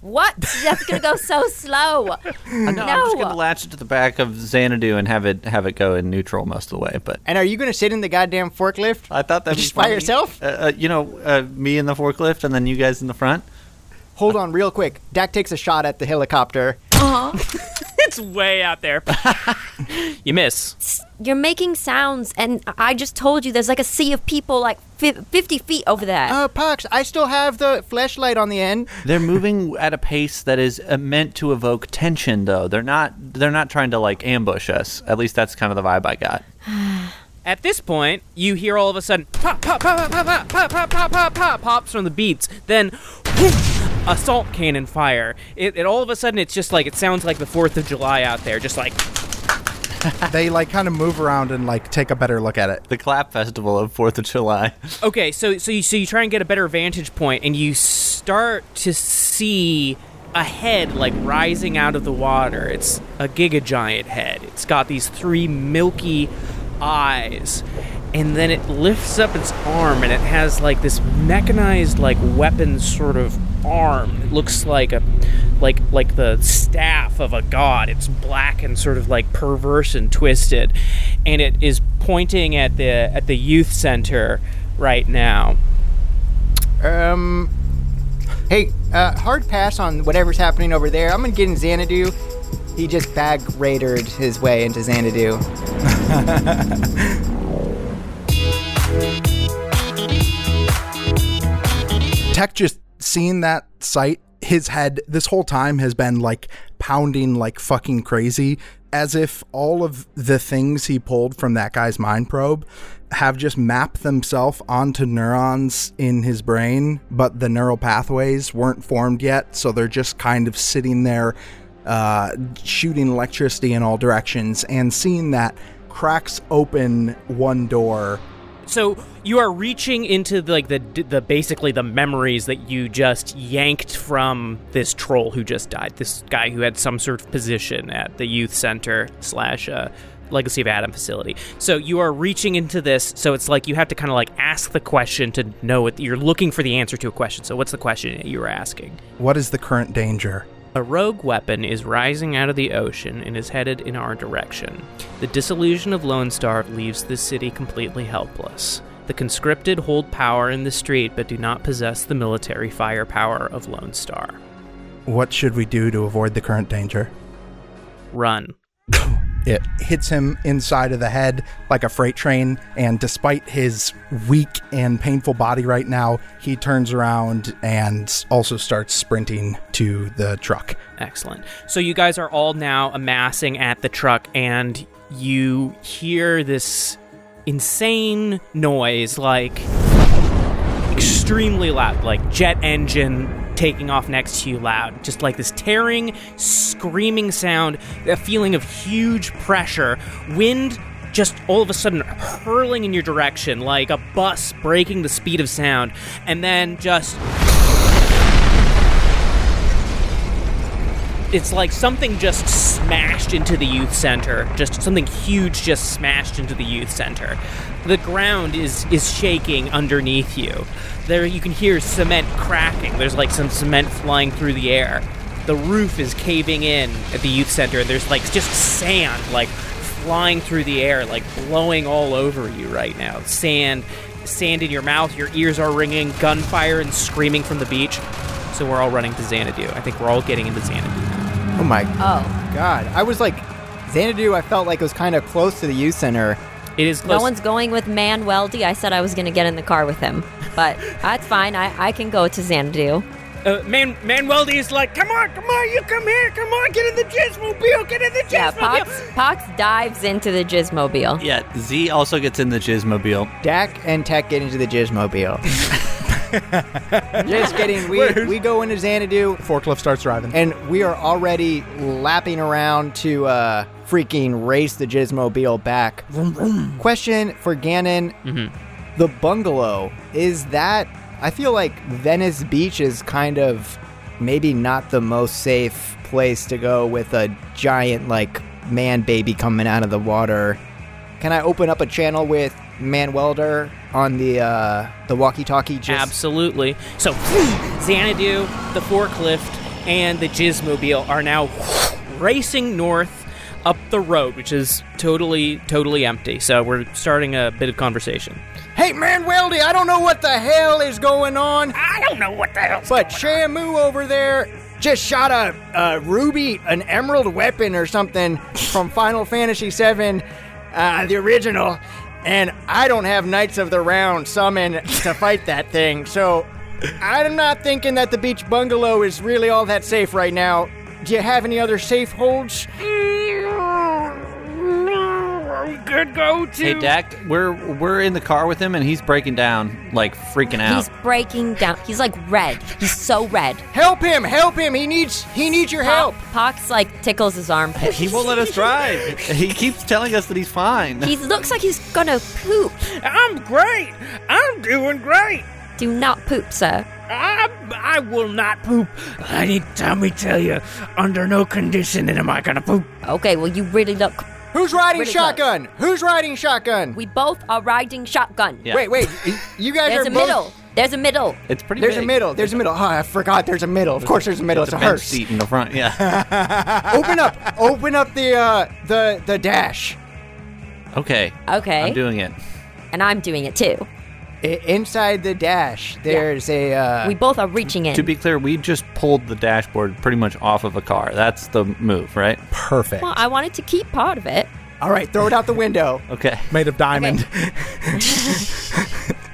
Speaker 5: What? That's gonna go so slow.
Speaker 4: no, I'm just
Speaker 5: No.
Speaker 4: going to latch it to the back of Xanadu and have it have it go in neutral most of the way. But
Speaker 7: And are you gonna sit in the goddamn forklift?
Speaker 4: I thought that
Speaker 7: Just by yourself?
Speaker 4: Uh, uh, you know, uh, me in the forklift and then you guys in the front.
Speaker 7: Hold on, real quick. Dak takes a shot at the helicopter. Uh-huh.
Speaker 1: It's way out there. you miss.
Speaker 5: You're making sounds, and I just told you there's like a sea of people like fif- 50 feet over there.
Speaker 7: Uh, Pox, I still have the flashlight on the end.
Speaker 4: They're moving at a pace that is uh, meant to evoke tension, though. They're not. They're not trying to like ambush us. At least that's kind of the vibe I got.
Speaker 1: At this point, you hear all of a sudden pop, pop, pop, pop, pop, pop, pop, pop, pop, pop, pops from the beats. Then, whoosh, assault cannon fire. It, it all of a sudden, it's just like it sounds like the Fourth of July out there. Just like
Speaker 3: they like kind of move around and like take a better look at it.
Speaker 4: The clap festival of Fourth of July.
Speaker 1: Okay, so so you so you try and get a better vantage point, and you start to see a head like rising out of the water. It's a giga giant head. It's got these three milky eyes, and then it lifts up its arm, and it has like this mechanized like weapon sort of arm. It looks like a like like the staff of a god. It's black and sort of like perverse and twisted, and it is pointing at the at the youth center right now.
Speaker 7: Um. Hey, uh, hard pass on whatever's happening over there. I'm gonna get in Xanadu. He just bag raidered his way into Xanadu.
Speaker 3: Tech just seeing that sight, his head this whole time has been like pounding like fucking crazy, as if all of the things he pulled from that guy's mind probe have just mapped themselves onto neurons in his brain, but the neural pathways weren't formed yet, so they're just kind of sitting there uh, shooting electricity in all directions and seeing that cracks open one door
Speaker 1: So you are reaching into the, like the the basically the memories that you just yanked from this troll who just died, this guy who had some sort of position at the youth center slash uh, Legacy of Adam facility. So you are reaching into this, so it's like you have to kind of like ask the question to know it. You're looking for the answer to a question. So what's the question that you were asking?
Speaker 3: What is the current danger?
Speaker 1: A rogue weapon is rising out of the ocean and is headed in our direction. The disillusion of Lone Star leaves this city completely helpless. The conscripted hold power in the street but do not possess the military firepower of Lone Star.
Speaker 3: What should we do to avoid the current danger?
Speaker 1: Run.
Speaker 3: It hits him inside of the head like a freight train, and despite his weak and painful body right now, he turns around and also starts sprinting to the truck.
Speaker 1: Excellent. So you guys are all now amassing at the truck and you hear this insane noise like extremely loud, like jet engine taking off next to you loud. Just like this tearing, screaming sound, a feeling of huge pressure, wind just all of a sudden hurling in your direction like a bus breaking the speed of sound, and then just it's like something just smashed into the youth center. Just something huge just smashed into the youth center. The ground is is shaking underneath you. There you can hear cement cracking. There's like some cement flying through the air. The roof is caving in at the youth center and there's like just sand like flying through the air like blowing all over you right now. Sand sand in your mouth, your ears are ringing, gunfire and screaming from the beach. So we're all running to Xanadu. I think we're all getting into Xanadu.
Speaker 7: Oh my
Speaker 5: Oh,
Speaker 7: god. I was like, Xanadu, I felt like it was kind of close to the youth center.
Speaker 1: It is
Speaker 5: no
Speaker 1: close.
Speaker 5: one's going with Man Weldy. I said I was going to get in the car with him, but that's fine. I, I can go to Xanadu.
Speaker 1: uh, Man Manuel is like, come on, come on, you come here, come on, get in the jazzmobile, get in the
Speaker 5: Yeah,
Speaker 1: jazzmobile.
Speaker 5: Pox, Pox dives into the Gizmobile.
Speaker 4: Yeah, Z also gets in the Jizmobile.
Speaker 7: Dak and Tech get into the Jizzmobile. Just kidding. We, we go into Xanadu,
Speaker 3: Forklift starts driving.
Speaker 5: Eh,
Speaker 7: and we are already lapping around to uh, freaking race the Jizzmobile back. Question for Gannon The bungalow, is that. I feel like Venice Beach is kind of maybe not the most safe place to go with a giant, like, man baby coming out of the water. Can I open up a channel with Man Welder on the uh, the walkie-talkie? Just
Speaker 1: Absolutely. So, Xanadu, the forklift, and the Jizmobile are now racing north up the road, which is totally, totally empty. So, we're starting a bit of conversation.
Speaker 7: Hey, man, Weldy, I don't know what the hell is going on,
Speaker 1: I don't know what the hell.
Speaker 7: but Shamu over there just shot a, a ruby, an emerald weapon or something from Final Fantasy VII, uh, the original, and I don't have Knights of the Round summoned to fight that thing, so I'm not thinking that the beach bungalow is really all that safe right now. Do you have any other safe holds?
Speaker 1: Good go to.
Speaker 4: Hey Dak, we're we're in the car with him and he's breaking down, like freaking out.
Speaker 5: He's breaking down. He's like red. He's so red.
Speaker 7: Help him! Help him! He needs he needs your help.
Speaker 5: Pox like tickles his armpit.
Speaker 4: he won't let us drive. he keeps telling us that he's fine.
Speaker 5: He looks like he's gonna poop.
Speaker 1: I'm great. I'm doing great.
Speaker 5: Do not poop, sir.
Speaker 1: I, I will not poop. Anytime we tell you, under no condition am I gonna poop.
Speaker 5: Okay, well you really look.
Speaker 7: Who's riding
Speaker 5: Really close.
Speaker 7: shotgun? Who's riding shotgun?
Speaker 5: We both are riding shotgun.
Speaker 4: Yeah.
Speaker 7: Wait, wait. You guys
Speaker 5: There's
Speaker 7: are
Speaker 5: a
Speaker 7: both.
Speaker 5: middle. There's a middle.
Speaker 4: it's pretty.
Speaker 7: There's a
Speaker 4: big.
Speaker 7: middle. There's a middle. Oh, I forgot. There's a middle. Of course, there's a middle. It's,
Speaker 4: It's
Speaker 7: a
Speaker 4: bench
Speaker 7: hearse.
Speaker 4: seat in the front. Yeah.
Speaker 7: open up. Open up the uh, the the dash.
Speaker 4: Okay.
Speaker 5: Okay.
Speaker 4: I'm doing it.
Speaker 5: and I'm doing it too.
Speaker 7: I- inside the dash, there's a. Uh,
Speaker 5: we both are reaching in.
Speaker 4: To be clear, we just pulled the dashboard pretty much off of a car. That's the move, right?
Speaker 3: Perfect.
Speaker 5: well, I wanted to keep part of it.
Speaker 7: all right, throw it out the window.
Speaker 4: Okay.
Speaker 3: Made of diamond.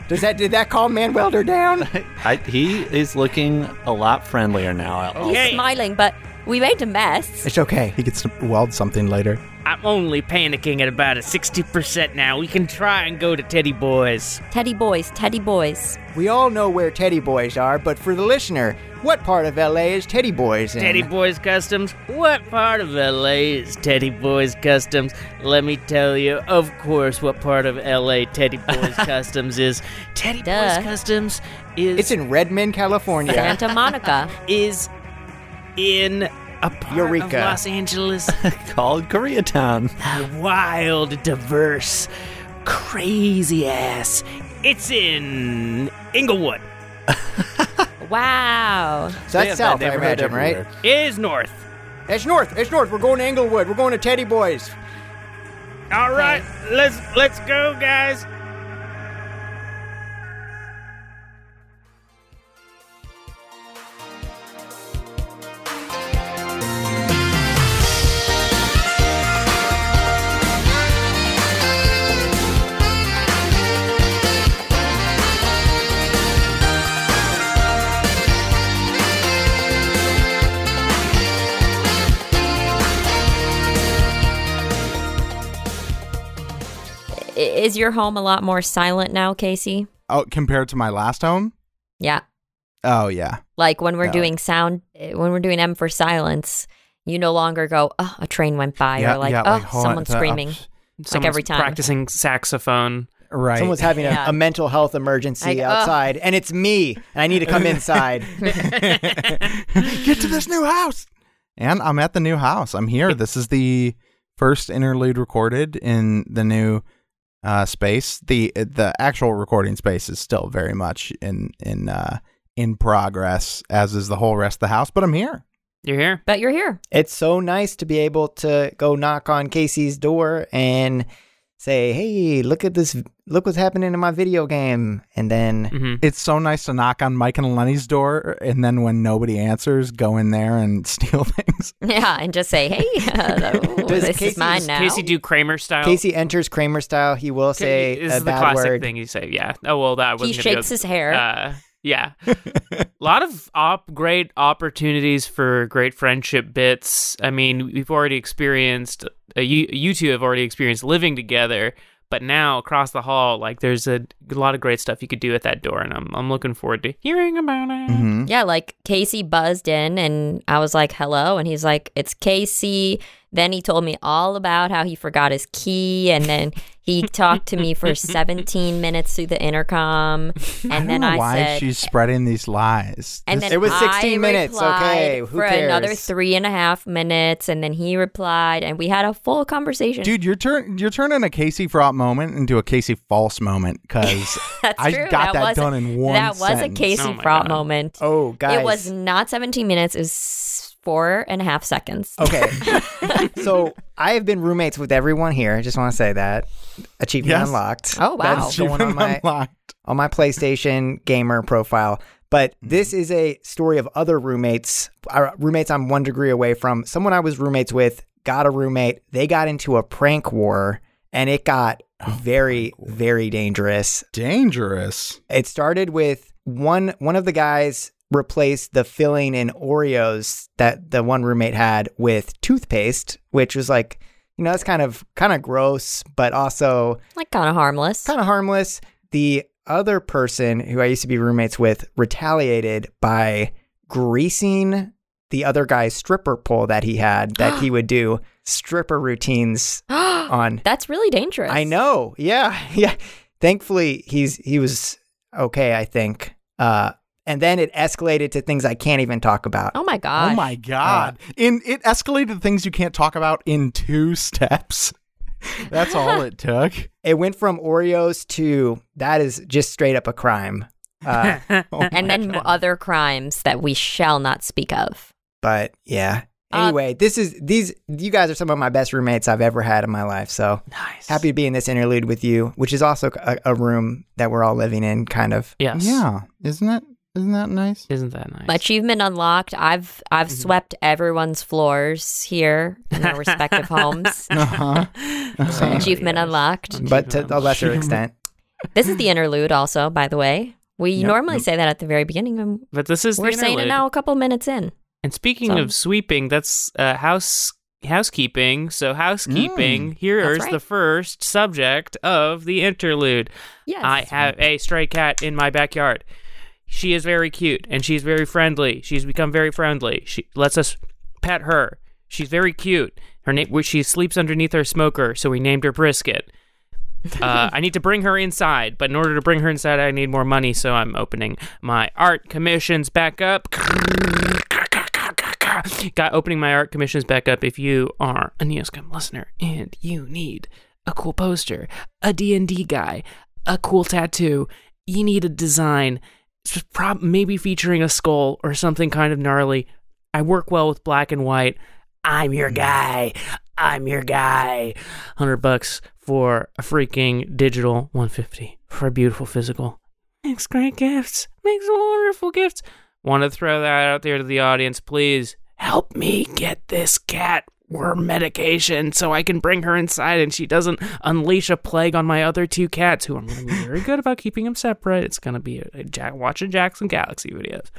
Speaker 7: Does that did that calm man welder down?
Speaker 4: I, he is looking a lot friendlier now. Al.
Speaker 5: He's
Speaker 1: Okay.
Speaker 5: smiling, but we made a mess.
Speaker 7: It's okay.
Speaker 3: He gets to weld something later.
Speaker 1: I'm only panicking at about a 60% now. We can try and go to Teddy Boys.
Speaker 5: Teddy boys, teddy boys.
Speaker 7: We all know where Teddy Boys are, but for the listener, what part of LA is Teddy Boys in?
Speaker 1: Teddy Boys Customs? What part of LA is Teddy Boys Customs? Let me tell you, of course, what part of LA Teddy Boys Customs is. Teddy
Speaker 5: Duh.
Speaker 1: Boys Customs is
Speaker 7: It's in Redmond, California.
Speaker 5: Santa Monica.
Speaker 1: is in a part of
Speaker 7: Eureka.
Speaker 1: Los Angeles.
Speaker 4: Called Koreatown.
Speaker 1: Wild, diverse, crazy ass. It's in Inglewood.
Speaker 5: Wow.
Speaker 7: So that's south, I imagine, right?
Speaker 1: It is north.
Speaker 7: It's north. It's north. We're going to Englewood. We're going to Teddy Boys.
Speaker 1: All right, let's let's go, guys.
Speaker 5: I- Is your home a lot more silent now, Casey?
Speaker 3: Oh, compared to my last home?
Speaker 5: Yeah.
Speaker 3: Oh, yeah.
Speaker 5: Like when we're
Speaker 3: No.
Speaker 5: doing sound, eh, when we're doing M for silence, you no longer go, oh, a train went by,
Speaker 3: yeah,
Speaker 5: or like,
Speaker 3: yeah,
Speaker 5: oh,
Speaker 3: hold on,
Speaker 5: someone's
Speaker 3: uh,
Speaker 5: screaming.
Speaker 1: Someone's
Speaker 5: every time.
Speaker 1: practicing saxophone.
Speaker 3: Right.
Speaker 7: Someone's having
Speaker 5: Yeah.
Speaker 7: a, a mental health emergency
Speaker 5: Like, ugh.
Speaker 7: outside, and it's me, and I need to come inside.
Speaker 3: Get to this new house. And I'm at the new house. I'm here. This is the first interlude recorded in the new uh, space. The the actual recording space is still very much in in uh, in progress, as is the whole rest of the house. But I'm here.
Speaker 1: You're here.
Speaker 5: But you're here.
Speaker 7: it's so nice to be able to go knock on Casey's door and say, "Hey, look at this! Look what's happening in my video game!" And then
Speaker 1: Mm-hmm.
Speaker 3: It's so nice to knock on Mike and Lenny's door, and then when nobody answers, go in there and steal things.
Speaker 5: Yeah, and just say, hey, uh, ooh,
Speaker 7: Does
Speaker 5: this is
Speaker 7: Casey's-
Speaker 5: mine now.
Speaker 1: Casey do Kramer style.
Speaker 7: Casey enters Kramer style. He will say
Speaker 1: this
Speaker 7: a
Speaker 1: is the
Speaker 7: bad
Speaker 1: classic
Speaker 7: word.
Speaker 1: thing you say. Yeah. Oh well, that was.
Speaker 5: he shakes his hair.
Speaker 1: Uh, yeah. A lot of op- great opportunities for great friendship bits. I mean, we've already experienced, uh, you, you two have already experienced living together, but now across the hall, like there's a, a lot of great stuff you could do at that door, and I'm, I'm looking forward to hearing about it.
Speaker 3: Mm-hmm.
Speaker 5: Yeah, like Casey buzzed in and I was like, hello. And he's like, it's Casey. Then he told me all about how he forgot his key. And then he talked to me for 17 minutes through the intercom. And
Speaker 3: I don't
Speaker 5: then
Speaker 3: know
Speaker 5: I
Speaker 3: why
Speaker 5: said,
Speaker 3: she's spreading these lies.
Speaker 5: and
Speaker 3: This-
Speaker 5: then
Speaker 7: It was
Speaker 5: I
Speaker 7: 16 minutes,
Speaker 5: replied
Speaker 7: okay, who
Speaker 5: for another
Speaker 7: cares?
Speaker 5: three and a half minutes. And then he replied, and we had a full conversation.
Speaker 3: Dude, you're turn you're turning a Casey fraught moment into a Casey false moment because
Speaker 5: That's
Speaker 3: I
Speaker 5: true.
Speaker 3: got that,
Speaker 5: was-
Speaker 3: done in one.
Speaker 5: That was
Speaker 3: sentence.
Speaker 5: a Casey
Speaker 1: Oh my
Speaker 5: Fraught
Speaker 1: God.
Speaker 5: moment.
Speaker 7: Oh, guys,
Speaker 5: It was not 17 minutes. It was four and a half seconds.
Speaker 3: Oh.
Speaker 7: Okay. so I have been roommates with everyone here. I just want to say that. Achievement
Speaker 3: Yes.
Speaker 7: unlocked.
Speaker 5: Oh, wow.
Speaker 7: That's
Speaker 3: She
Speaker 7: going on
Speaker 3: went
Speaker 7: my
Speaker 3: unlocked.
Speaker 7: on my PlayStation gamer profile. But this is a story of other roommates, our roommates I'm one degree away from. Someone I was roommates with got a roommate. They got into a prank war and it got very, very dangerous.
Speaker 3: Dangerous.
Speaker 7: It started with one one of the guys replaced the filling in Oreos that the one roommate had with toothpaste, which was like, you know, that's kind of kind of gross, but also
Speaker 5: Like kind of harmless.
Speaker 7: kind of harmless. The other person who I used to be roommates with retaliated by greasing the other guy's stripper pole that he had that he would do stripper routines on.
Speaker 5: That's really dangerous.
Speaker 7: I know. Yeah. Yeah. Thankfully he's he was okay, I think. Uh and then it escalated to things I can't even talk about.
Speaker 5: Oh my gosh.
Speaker 3: Oh my god. in it escalated things you can't talk about in two steps. That's all it took.
Speaker 7: It went from Oreos to that is just straight up a crime. Uh,
Speaker 3: Oh
Speaker 5: and then other crimes that we shall not speak of.
Speaker 7: But yeah.
Speaker 5: Uh,
Speaker 7: Anyway, this is these you guys are some of my best roommates I've ever had in my life. So
Speaker 1: Nice.
Speaker 7: happy to be in this interlude with you, which is also a, a room that we're all living in, kind of.
Speaker 1: Yes.
Speaker 3: Yeah. Isn't it isn't that nice?
Speaker 1: Isn't that nice?
Speaker 5: Achievement unlocked. I've I've
Speaker 8: Mm-hmm.
Speaker 5: swept everyone's floors here in their respective homes.
Speaker 3: Uh-huh.
Speaker 7: Same.
Speaker 5: Achievement unlocked.
Speaker 7: But to a lesser extent,
Speaker 5: This is the interlude, also, by the way. We normally say that at the very beginning. and
Speaker 8: But this is the
Speaker 5: We're saying it
Speaker 8: interlude.
Speaker 5: now a couple minutes in.
Speaker 8: And speaking
Speaker 5: So-
Speaker 8: of sweeping, that's uh, house housekeeping. So housekeeping. here's
Speaker 5: right.
Speaker 8: the first subject of the interlude.
Speaker 5: Yes.
Speaker 8: I have a stray cat in my backyard. She is very cute and she's very friendly. She's become very friendly. She lets us pet her. She's very cute. Her name she sleeps underneath her smoker, so we named her Brisket. Uh, I need to bring her inside, but in order to bring her inside, I need more money, so I'm opening my art commissions back up. Got opening my art commissions back up. If you are a Neoscum listener and you need a cool poster, a D&D guy, a cool tattoo, you need a design, s- prob- maybe featuring a skull or something kind of gnarly. I work well with black and white. I'm your guy. I'm your guy. 100 bucks for a freaking digital 150 for a beautiful physical. Makes great gifts. Makes wonderful gifts. Want to throw that out there to the audience, please. Help me get this cat her medication so I can bring her inside and she doesn't unleash a plague on my other two cats who I'm going to be very good about keeping them separate. It's going to be a, a Jack, watching Jackson Galaxy videos.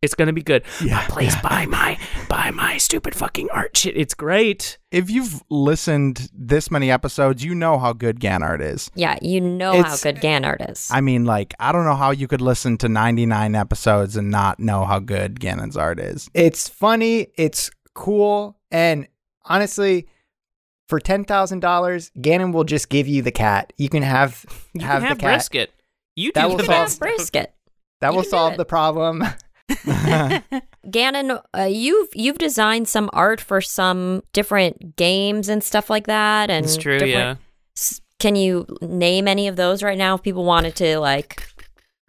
Speaker 8: It's going to be good. But please buy my buy my stupid fucking art shit. It's great.
Speaker 3: If you've listened this many episodes, you know how good Ganart is.
Speaker 5: Yeah, you know
Speaker 3: It's-
Speaker 5: how good Gannard is.
Speaker 3: I mean, like, I don't know how you could listen to 99 episodes and not know how good Ganon's art is.
Speaker 7: It's funny, it's cool, and honestly, for ten thousand dollars, Gannon will just give you the cat. You can have
Speaker 8: You
Speaker 7: have,
Speaker 8: can have
Speaker 7: the cat.
Speaker 8: brisket. You
Speaker 7: That
Speaker 8: do
Speaker 7: will
Speaker 8: the
Speaker 5: You
Speaker 7: solve-
Speaker 5: have
Speaker 8: best.
Speaker 7: solve-
Speaker 5: brisket.
Speaker 7: That
Speaker 5: You
Speaker 7: will
Speaker 5: can do
Speaker 7: solve
Speaker 5: it.
Speaker 7: the problem.
Speaker 5: Gannon, uh, you've you've designed some art for some different games and stuff like that. And
Speaker 8: It's true,
Speaker 5: different-
Speaker 8: yeah.
Speaker 5: S- Can you name any of those right now? If people wanted to, like,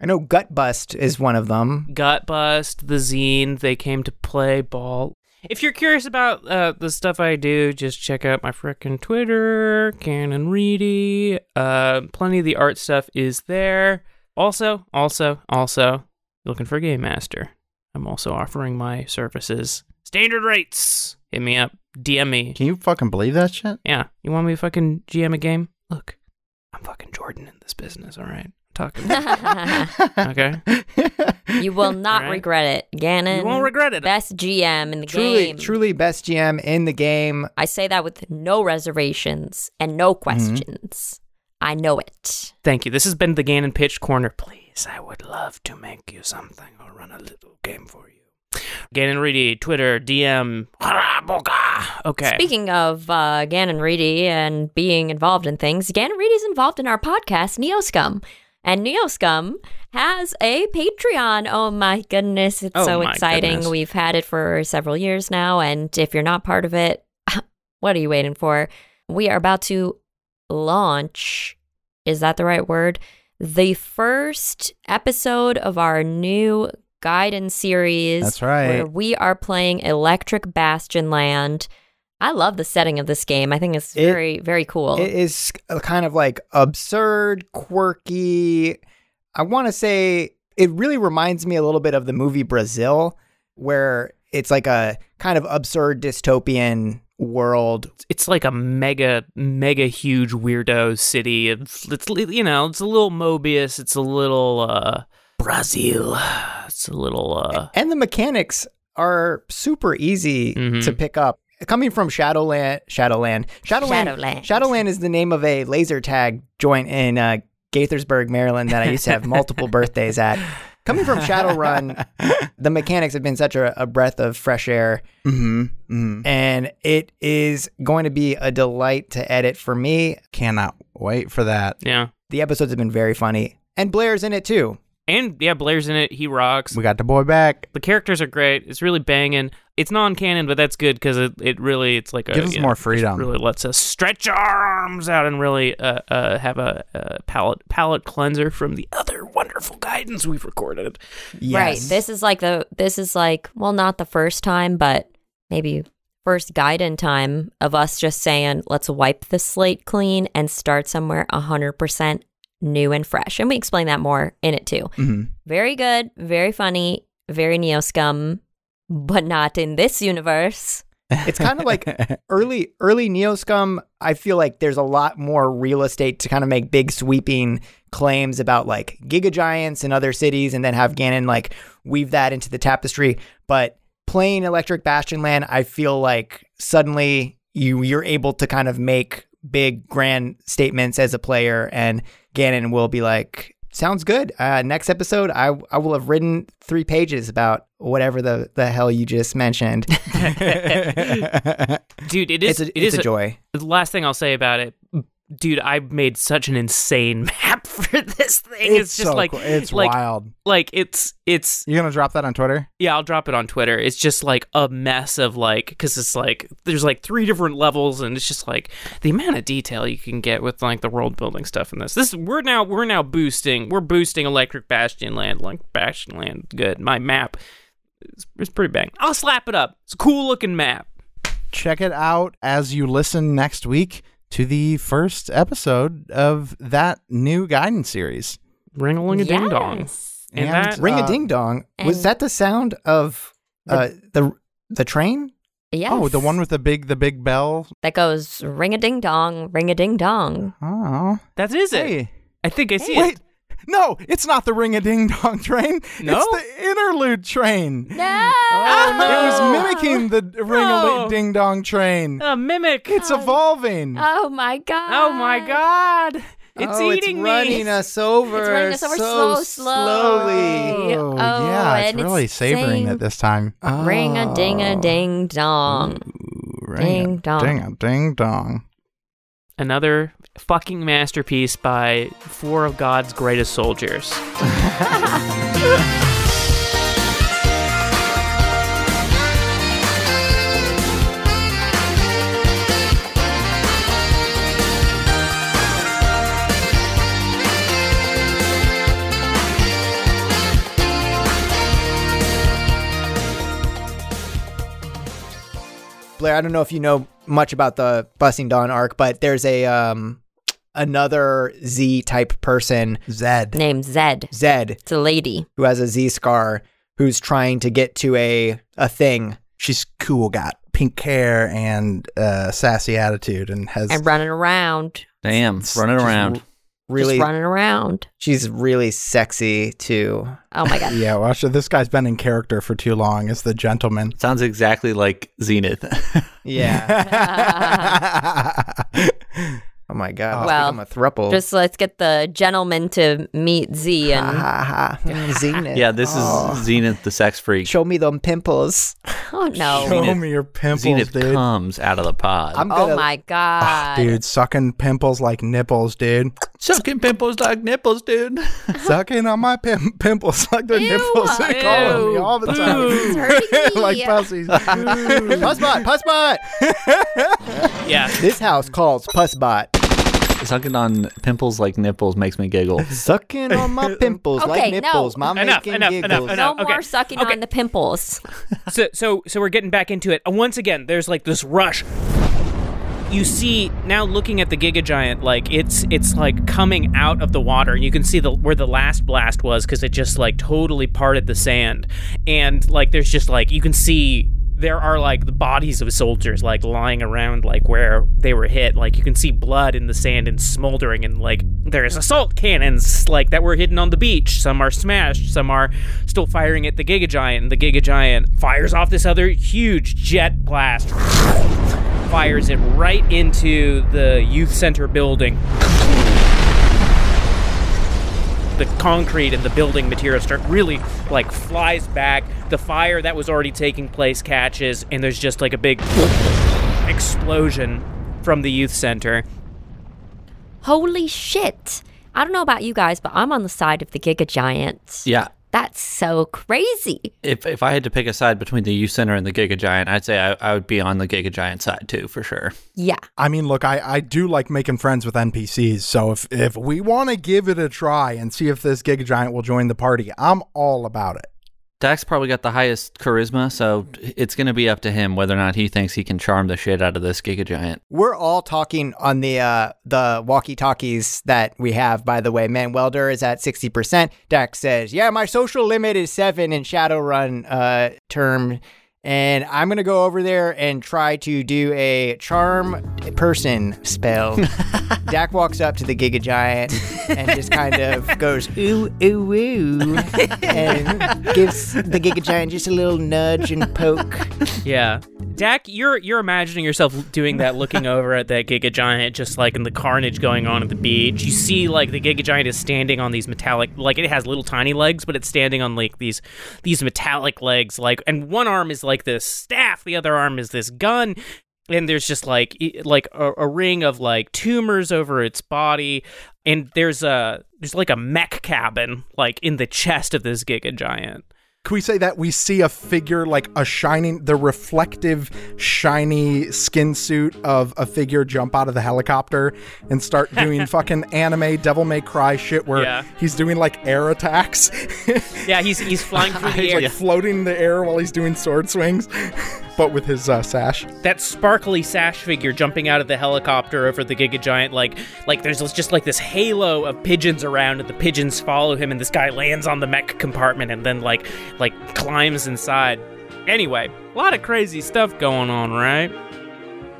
Speaker 7: I know Gut Bust is one of them.
Speaker 8: Gut Bust, the zine, they came to play ball. If you're curious about uh, the stuff I do, just check out my frickin' Twitter, Canon Reedy. Uh, plenty of the art stuff is there. Also, also, also, looking for a Game Master. I'm also offering my services. Standard rates! Hit me up. DM me.
Speaker 3: Can you fucking believe that shit?
Speaker 8: Yeah. You want me to fucking GM a game? Look, I'm fucking Jordan in this business, all right? I'm talking. okay.
Speaker 5: you will not
Speaker 8: Alright.
Speaker 5: regret it, Gannon.
Speaker 8: You won't regret it.
Speaker 5: Best GM in the
Speaker 7: Truly,
Speaker 5: game.
Speaker 7: truly best GM in the game.
Speaker 5: I say that with no reservations and no questions. I know it.
Speaker 8: Thank you. This has been the Gannon Pitch Corner. Please, I would love to make you something or run a little game for you. Gannon Reedy, Twitter, DM. Okay.
Speaker 5: Speaking of uh, Gannon Reedy and being involved in things, Gannon Reedy's involved in our podcast, Neoscum. And Neoscum has a Patreon. Oh my goodness, it's
Speaker 8: Oh
Speaker 5: so
Speaker 8: my
Speaker 5: exciting.
Speaker 8: goodness.
Speaker 5: We've had it for several years now. And if you're not part of it, what are you waiting for? We are about to launch, is that the right word? The first episode of our new guidance series.
Speaker 3: That's right.
Speaker 5: Where we are playing Electric Bastion Land. I love the setting of this game. I think it's
Speaker 7: It-
Speaker 5: very, very cool.
Speaker 7: It is uh, kind of like absurd, quirky. I want to say it really reminds me a little bit of the movie Brazil, where it's like a kind of absurd dystopian world.
Speaker 8: It's like a mega, mega huge weirdo city. It's, it's you know, it's a little Mobius. It's a little uh, Brazil. It's a little uh,
Speaker 7: And the mechanics are super easy
Speaker 8: Mhm.
Speaker 3: Mm-hmm.
Speaker 7: to pick up. Coming from Shadowland, Shadowland, Shadowland,
Speaker 5: Shadowland.
Speaker 7: Shadowland is the name of a laser tag joint in uh, Gaithersburg, Maryland, that I used to have multiple birthdays at. Coming from Shadowrun, the mechanics have been such a, a breath of fresh air,
Speaker 3: Mm-hmm. mm-hmm.
Speaker 7: and it is going to be a delight to edit for me.
Speaker 3: Cannot wait for that.
Speaker 8: yeah.
Speaker 7: The episodes have been very funny, and Blair's in it too.
Speaker 8: And yeah, Blair's in it. He rocks.
Speaker 3: We got the boy back.
Speaker 8: The characters are great. It's really banging. It's non-canon, but that's good because it, it really Uh, it's like a
Speaker 3: Give us
Speaker 8: you
Speaker 3: more
Speaker 8: know, just
Speaker 3: freedom.
Speaker 8: Really lets us stretch our arms out and really uh, uh, have a, uh palate palate cleanser from the other wonderful guidance we've recorded.
Speaker 5: Right. This is like the this is like well not the first time but maybe first guide in time of us just saying let's wipe the slate clean and start somewhere 100% new and fresh. And we explain that more in it too.
Speaker 7: Mm-hmm.
Speaker 3: Mhm.
Speaker 5: Very good, very funny, very neo scum, but not in this universe.
Speaker 7: It's kind of like early early Neoscum. I feel like there's a lot more real estate to kind of make big sweeping claims about like gigagiants and other cities, and then have Ganon like weave that into the tapestry. But playing Electric Bastion Land, I feel like suddenly you you're able to kind of make big grand statements as a player, and Ganon will be like, "Sounds good." Uh, next episode, I I will have written three pages about whatever the the hell you just mentioned.
Speaker 8: dude. It
Speaker 7: it's
Speaker 8: is.
Speaker 7: a,
Speaker 8: it
Speaker 7: it's
Speaker 8: is
Speaker 7: a joy.
Speaker 8: The last thing I'll say about it, dude. I made such an insane map for this thing. It's, just
Speaker 3: so
Speaker 8: like
Speaker 3: cool. it's
Speaker 8: like
Speaker 3: wild.
Speaker 8: like it's it's
Speaker 3: You're gonna drop that on Twitter?
Speaker 8: Yeah, I'll drop it on Twitter. It's just like a mess of like, because it's like, there's like three different levels, and it's just like the amount of detail you can get with like the world building stuff in this. This, we're now, we're now boosting, we're boosting Electric Bastion Land, like Bastion Land, good. My map is, is pretty bang. I'll slap it up. It's a cool looking map.
Speaker 3: check it out as you listen next week to the first episode of that new guidance series.
Speaker 8: Ring a ling a ding dong.
Speaker 5: Yes.
Speaker 8: And
Speaker 3: And-
Speaker 8: that,
Speaker 7: Ring
Speaker 3: Uh,
Speaker 7: a ding dong. Was
Speaker 5: Um, and-
Speaker 7: that the sound of uh, the the train?
Speaker 5: Yes.
Speaker 3: Oh, the one with the big the big bell.
Speaker 5: that goes ring a ding dong, ring a ding dong.
Speaker 3: Oh,
Speaker 8: that is it.
Speaker 3: hey,
Speaker 8: I think I see
Speaker 3: wait.
Speaker 8: it.
Speaker 3: No, it's not the ring a ding dong train.
Speaker 8: No?
Speaker 3: It's the interlude train.
Speaker 5: Oh, No.
Speaker 3: It was mimicking the ring a ding dong train.
Speaker 8: A mimic.
Speaker 3: It's evolving.
Speaker 5: Oh my god.
Speaker 8: oh my god. It's
Speaker 7: oh,
Speaker 8: eating
Speaker 7: it's
Speaker 8: me.
Speaker 7: running us over.
Speaker 5: It's running us over
Speaker 7: so
Speaker 5: so
Speaker 7: slowly.
Speaker 5: slowly.
Speaker 3: oh,
Speaker 5: oh,
Speaker 3: yeah, it's
Speaker 5: and
Speaker 3: really
Speaker 5: it's
Speaker 3: savoring
Speaker 5: saying-
Speaker 3: it this time. Oh,
Speaker 5: Ring a ding a ding dong. Ding dong.
Speaker 3: Ding a ding dong.
Speaker 8: another fucking masterpiece by four of God's greatest soldiers.
Speaker 7: Blair, I don't know if you know much about the Busting Dawn arc, but there's a um another Z type person,
Speaker 3: Zed.
Speaker 5: Name Zed.
Speaker 7: Zed,
Speaker 5: It's a lady.
Speaker 7: who has a Z scar, who's trying to get to a a thing.
Speaker 3: She's cool, got pink hair and uh, sassy attitude, and has
Speaker 5: And running around.
Speaker 4: Damn, running
Speaker 3: just
Speaker 4: around.
Speaker 7: Really,
Speaker 5: Just running around.
Speaker 7: she's really sexy too.
Speaker 5: Oh my god.
Speaker 3: Yeah, well, actually, this guy's been in character for too long as the gentleman.
Speaker 4: Sounds exactly like Zenith.
Speaker 7: Yeah.
Speaker 3: That's
Speaker 7: oh my god.
Speaker 5: Well,
Speaker 7: I'm a thruple.
Speaker 5: Just let's get the gentleman to meet Z
Speaker 7: ha
Speaker 3: Ah,
Speaker 5: and
Speaker 7: ha ha. Zenith.
Speaker 4: yeah, this
Speaker 7: Oh.
Speaker 4: is Zenith the sex freak.
Speaker 7: Show me them pimples.
Speaker 5: oh no.
Speaker 4: Zenith-
Speaker 3: me your pimples,
Speaker 4: Zenith
Speaker 3: dude.
Speaker 4: comes out of the pod.
Speaker 7: I'm gonna
Speaker 5: Oh my
Speaker 3: Ah,
Speaker 5: god.
Speaker 3: dude, sucking pimples like nipples, dude.
Speaker 4: sucking pimples like nipples, dude.
Speaker 3: sucking on my pim- pimples like the
Speaker 5: Ew.
Speaker 3: nipples. They call on me
Speaker 8: Ew.
Speaker 3: all the
Speaker 5: It's
Speaker 3: time.
Speaker 5: hurting me.
Speaker 3: like pussies.
Speaker 7: Pussbot, Pussbot.
Speaker 8: Yeah.
Speaker 7: This house calls Pussbot.
Speaker 4: sucking on pimples like nipples makes me giggle.
Speaker 7: Sucking on my pimples like
Speaker 5: Okay, no.
Speaker 7: nipples. My
Speaker 8: Enough,
Speaker 7: making
Speaker 8: enough,
Speaker 7: giggles.
Speaker 8: enough, enough.
Speaker 5: no
Speaker 8: Okay.
Speaker 5: more sucking
Speaker 8: Okay.
Speaker 5: on the pimples.
Speaker 8: so so so we're getting back into it. Once again, there's like this rush. You see now looking at the Giga Giant, like it's it's like coming out of the water, and you can see the where the last blast was because it just like totally parted the sand, and like there's just like you can see there are like the bodies of soldiers like lying around like where they were hit like you can see blood in the sand and smoldering and like there's assault cannons like that were hidden on the beach some are smashed some are still firing at the giga giant and the giga giant fires off this other huge jet blast fires it right into the youth center building the concrete and the building material start really like flies back. The fire that was already taking place catches, and there's just like a big explosion from the youth center.
Speaker 5: Holy shit. I don't know about you guys, but I'm on the side of the Giga Giant.
Speaker 4: Yeah.
Speaker 5: That's so crazy.
Speaker 4: If if I had to pick a side between the U Center and the Giga Giant, I'd say I, I would be on the Giga Giant side too for sure.
Speaker 5: Yeah.
Speaker 3: I mean, look, I, I do like making friends with NPCs. So if, if we want to give it a try and see if this Giga Giant will join the party, I'm all about it.
Speaker 4: Dax probably got the highest charisma, so it's going to be up to him whether or not he thinks he can charm the shit out of this Giga Giant.
Speaker 7: We're all talking on the uh, the walkie talkies that we have, by the way. Man Welder is at 60%. Dax says, Yeah, my social limit is seven in Shadowrun uh, term. And I'm going to go over there and try to do a charm person spell. Dak walks up to the Giga Giant and just kind of goes, ooh, ooh, ooh, and gives the Giga Giant just a little nudge and poke.
Speaker 8: Yeah. Dak, you're you're imagining yourself doing that, looking over at that Giga Giant, just like in the carnage going on at the beach. You see, like the Giga Giant is standing on these metallic, like it has little tiny legs, but it's standing on like these these metallic legs, like, and one arm is like this staff, the other arm is this gun, and there's just like i- like a, a ring of like tumors over its body, and there's a there's like a mech cabin like in the chest of this Giga Giant.
Speaker 3: Can we say that we see a figure like a shining, the reflective, shiny skin suit of a figure jump out of the helicopter and start doing fucking anime Devil May Cry shit where
Speaker 8: Yeah.
Speaker 3: he's doing like air attacks,
Speaker 8: Yeah, he's he's flying through the air.
Speaker 3: like floating in the air while he's doing sword swings, but with his uh, sash.
Speaker 8: that sparkly sash figure jumping out of the helicopter over the Giga Giant, like like there's just like this halo of pigeons around, and the pigeons follow him, and this guy lands on the mech compartment, and then like like climbs inside. Anyway, a lot of crazy stuff going on, right?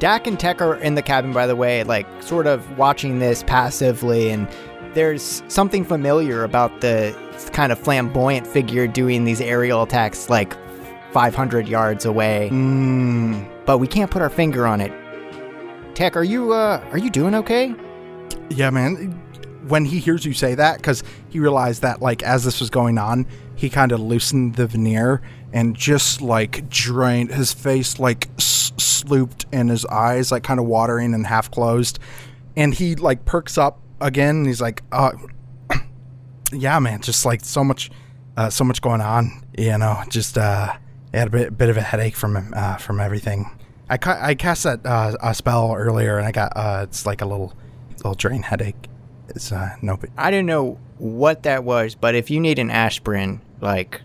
Speaker 7: Dak and Tech are in the cabin, by the way, like sort of watching this passively, and there's something familiar about the kind of flamboyant figure doing these aerial attacks like 500 yards away,
Speaker 3: Mm.
Speaker 7: but we can't put our finger on it. Tech, are you uh, are you doing okay?
Speaker 3: Yeah, man. When he hears you say that, because he realized that, like, as this was going on, he kind of loosened the veneer and just, like, drained his face, like, s- slooped and his eyes, like, kind of watering and half closed. And he, like, perks up again and he's like, uh, yeah, man, just, like, so much, uh, so much going on, you know, just, uh, I had a bit, bit of a headache from, uh, from everything. I, ca- I cast that, uh, a spell earlier and I got, uh, it's like a little, little drain headache. It's uh, no big.
Speaker 7: I don't know what that was, but if you need an aspirin, like,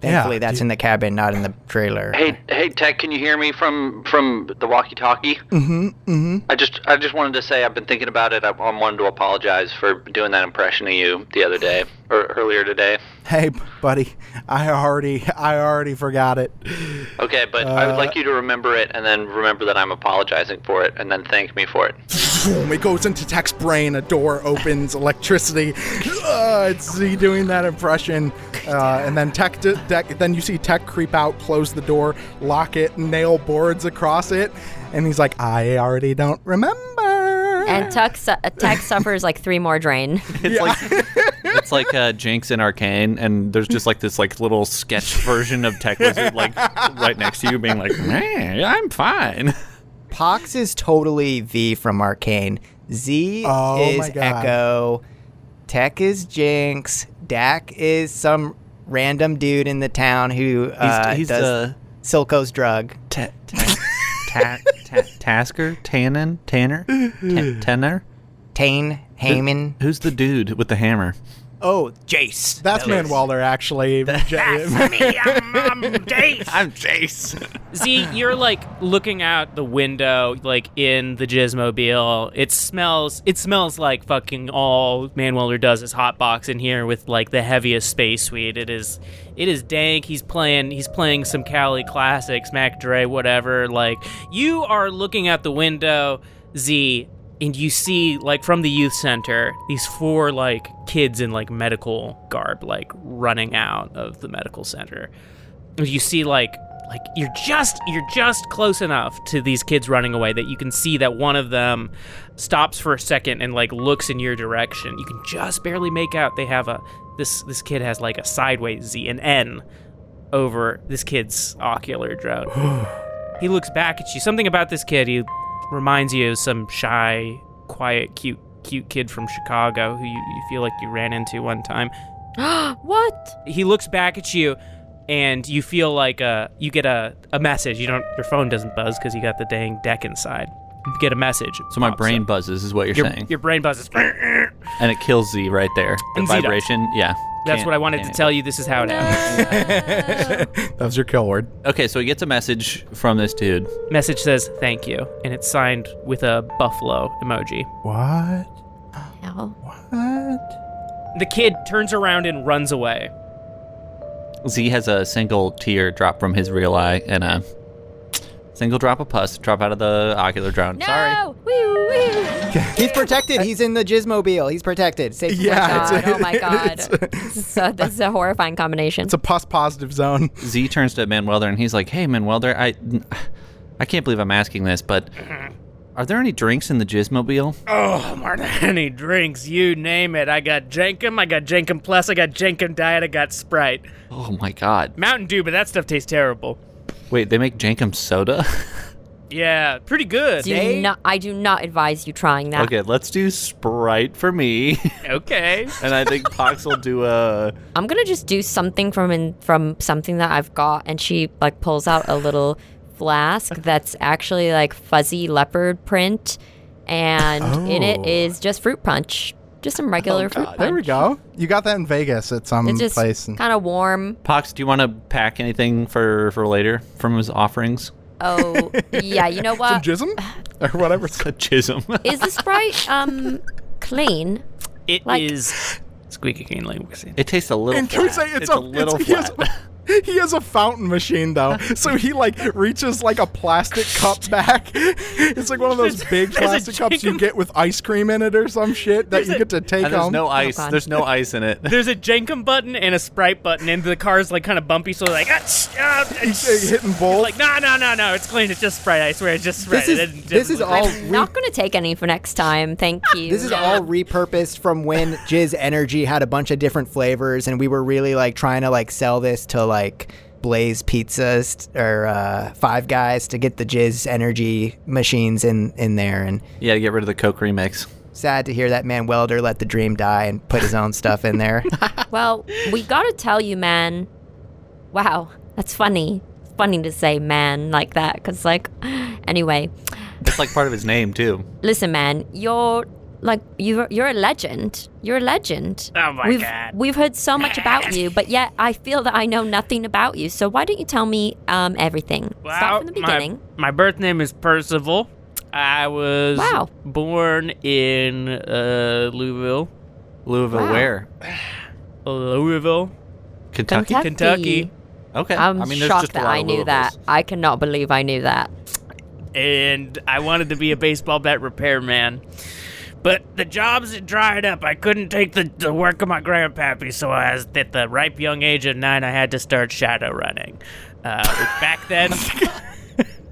Speaker 7: thankfully
Speaker 3: Yeah,
Speaker 7: that's
Speaker 3: dude.
Speaker 7: in the cabin, not in the trailer.
Speaker 9: Hey, hey, Tech, can you hear me from from the walkie-talkie?
Speaker 3: Mm-hmm. Mm-hmm.
Speaker 9: I just I just wanted to say I've been thinking about it. I, I wanted to apologize for doing that impression of you the other day or earlier today.
Speaker 3: Hey, buddy, I already, I already forgot it.
Speaker 9: Okay, but I
Speaker 3: Uh,
Speaker 9: would like you to remember it and then remember that I'm apologizing for it and then thank me for it.
Speaker 3: Boom! It goes into Tech's brain. A door opens. Electricity. Uh, it's he doing that impression, uh, and then Tech, d- Tech. Then you see Tech creep out, close the door, lock it, nail boards across it, and he's like, "I already don't remember."
Speaker 5: And Tuck, su- Tech suffers like three more drain.
Speaker 4: It's like it's like uh, Jinx and Arcane, and there's just like this like little sketch version of Tech Wizard like right next to you, being like, "Man, I'm fine."
Speaker 7: Pox is totally V from Arcane. Z
Speaker 3: Oh
Speaker 7: is
Speaker 3: my God.
Speaker 7: Echo. Tech is Jinx. Dak is some random dude in the town who uh,
Speaker 4: he's
Speaker 7: does
Speaker 4: the
Speaker 7: Silco's drug.
Speaker 4: ta- ta- ta- ta- Tasker, Tannen, Tanner, Ta- Tenor.
Speaker 7: Tane, Heyman.
Speaker 4: Who's the dude with the hammer?
Speaker 7: Oh, Jace.
Speaker 3: That's
Speaker 7: That
Speaker 3: Man
Speaker 7: was-
Speaker 3: Walder, actually.
Speaker 4: I'm Jace.
Speaker 8: Z, you're like looking out the window, like in the Gizmobile. It smells. It smells like fucking all Manwelder does is hotbox in here with like the heaviest space suite. It is. It is dank. He's playing. He's playing some Cali classics, Mac Dre, whatever. Like you are looking out the window, Z, and you see like from the youth center these four like kids in like medical garb, like running out of the medical center you see like like you're just you're just close enough to these kids running away that you can see that one of them stops for a second and like looks in your direction. You can just barely make out they have a this this kid has like a sideways Z an N over this kid's ocular drone. he looks back at you. Something about this kid he reminds you of some shy, quiet, cute cute kid from Chicago who you, you feel like you ran into one time
Speaker 5: what?
Speaker 8: he looks back at you and you feel like uh, you get a, a message you don't your phone doesn't buzz because you got the dang deck inside you get a message
Speaker 4: So my
Speaker 8: Pops
Speaker 4: brain
Speaker 8: up.
Speaker 4: buzzes, is what you're
Speaker 8: your,
Speaker 4: saying,
Speaker 8: your brain buzzes
Speaker 4: and it kills Z right there. The
Speaker 8: And Z dies.
Speaker 4: vibration, yeah.
Speaker 8: that's
Speaker 4: Can't-
Speaker 8: what i wanted to
Speaker 4: can't
Speaker 8: tell you this is how it happens
Speaker 3: that was your kill word.
Speaker 4: Okay, so he gets a message from this dude.
Speaker 8: message says thank you and it's signed with a buffalo emoji
Speaker 3: What?
Speaker 5: No.
Speaker 3: What?
Speaker 8: the kid turns around and runs away
Speaker 4: Z has a single tear drop from his real eye and a single drop of pus drop out of the ocular drone.
Speaker 5: No!
Speaker 4: Sorry.
Speaker 5: Woo, woo.
Speaker 7: He's protected. He's in the Gizmobile. He's protected. Safe from
Speaker 3: Yeah,
Speaker 7: attack.
Speaker 5: God,
Speaker 3: it's a-
Speaker 5: oh my god. so this is a horrifying combination.
Speaker 3: It's a pus positive zone.
Speaker 4: Z turns to Manwelder and he's like, "Hey, Manwelder, I, I can't believe I'm asking this, but are there any drinks in the Jizzmobile?
Speaker 1: Oh, martini drinks, you name it. I got Jenkum, I got Jenkum Plus, I got Jenkum Diet, I got Sprite.
Speaker 4: Oh my God!
Speaker 1: Mountain Dew, but that stuff tastes terrible.
Speaker 4: Wait, they make Jankum soda?
Speaker 1: Yeah, pretty good.
Speaker 5: do not, I do not advise you trying that.
Speaker 4: okay, let's do Sprite for me,
Speaker 1: Okay.
Speaker 4: and I think Pox will do a.
Speaker 5: I'm gonna just do something from in, from something that I've got, and she like pulls out a little flask that's actually like fuzzy leopard print, and in it
Speaker 3: Oh.
Speaker 5: is just fruit punch, just some regular fruit punch.
Speaker 3: There we go. You got that in Vegas at some
Speaker 5: It's just
Speaker 3: place. and-
Speaker 5: kind of warm.
Speaker 4: Pox, do you want to pack anything for for later from his offerings?
Speaker 5: Oh yeah, you know
Speaker 3: Some
Speaker 5: what? Is
Speaker 3: jism
Speaker 5: uh,
Speaker 3: or whatever.
Speaker 4: A chism.
Speaker 5: the sprite um clean?
Speaker 1: It is
Speaker 5: Like-
Speaker 1: squeaky cleanly. It
Speaker 4: it tastes a little.
Speaker 3: And Kurt's
Speaker 4: flat.
Speaker 3: saying it's,
Speaker 4: a, little
Speaker 3: it's- he, has,
Speaker 4: flat.
Speaker 3: he has a fountain machine though, so he like reaches like a plastic cup back. It's like one of those big
Speaker 1: There's a
Speaker 3: plastic cups you
Speaker 1: chicken-
Speaker 3: get with ice cream in it or some shit that you get to take
Speaker 4: And there's
Speaker 3: home.
Speaker 4: no ice.
Speaker 5: Oh, God.
Speaker 4: there's no ice in it.
Speaker 1: There's a Jenkum button and a Sprite button, and the car's like kind of bumpy, so like, ah, tsh, ah,
Speaker 3: He's, uh, hitting both.
Speaker 1: like, no, no, no, no, it's clean. It's just Sprite. I swear, it's just Sprite.
Speaker 7: This
Speaker 1: It didn't-
Speaker 7: is this is
Speaker 1: didn't-
Speaker 7: all re-
Speaker 5: Not gonna take any for next time. Thank you.
Speaker 7: this is all repurposed from when Jizz Energy had a bunch of different flavors, and we were really like trying to like sell this to like Blaze Pizzas or uh, Five Guys to get the Jizz Energy machines in in there. And
Speaker 4: Yeah, get rid of the Coke remix.
Speaker 7: sad to hear that man Welder let the dream die and put his own stuff in there.
Speaker 5: Well, we gotta tell you, man. Wow, that's funny. It's funny to say man like that, because, like, anyway,
Speaker 4: It's like part of his name too.
Speaker 5: listen, man, you're. Like you're you're a legend. You're a legend.
Speaker 1: Oh my
Speaker 5: we've,
Speaker 1: God.
Speaker 5: We've heard so much about you, but yet I feel that I know nothing about you. So why don't you tell me um, everything? Start from the
Speaker 1: my-
Speaker 5: beginning.
Speaker 1: My, birth name is Percival. I was
Speaker 5: Wow.
Speaker 1: born in uh, Louisville, Oh,
Speaker 4: Louisville,
Speaker 5: Wow.
Speaker 4: where?
Speaker 1: Louisville,
Speaker 4: Kentucky.
Speaker 1: Kentucky.
Speaker 4: Okay.
Speaker 5: I'm
Speaker 4: I mean, there's
Speaker 5: shocked
Speaker 4: just a
Speaker 5: that
Speaker 4: lot
Speaker 5: I
Speaker 4: of
Speaker 5: knew
Speaker 4: Louisvilles.
Speaker 5: that. I cannot believe I knew that.
Speaker 1: and I wanted to be a baseball bat repairman. But the jobs had dried up. I couldn't take the, the work of my grandpappy, so I was, at the ripe young age of nine, I had to start shadow running. Uh, back then,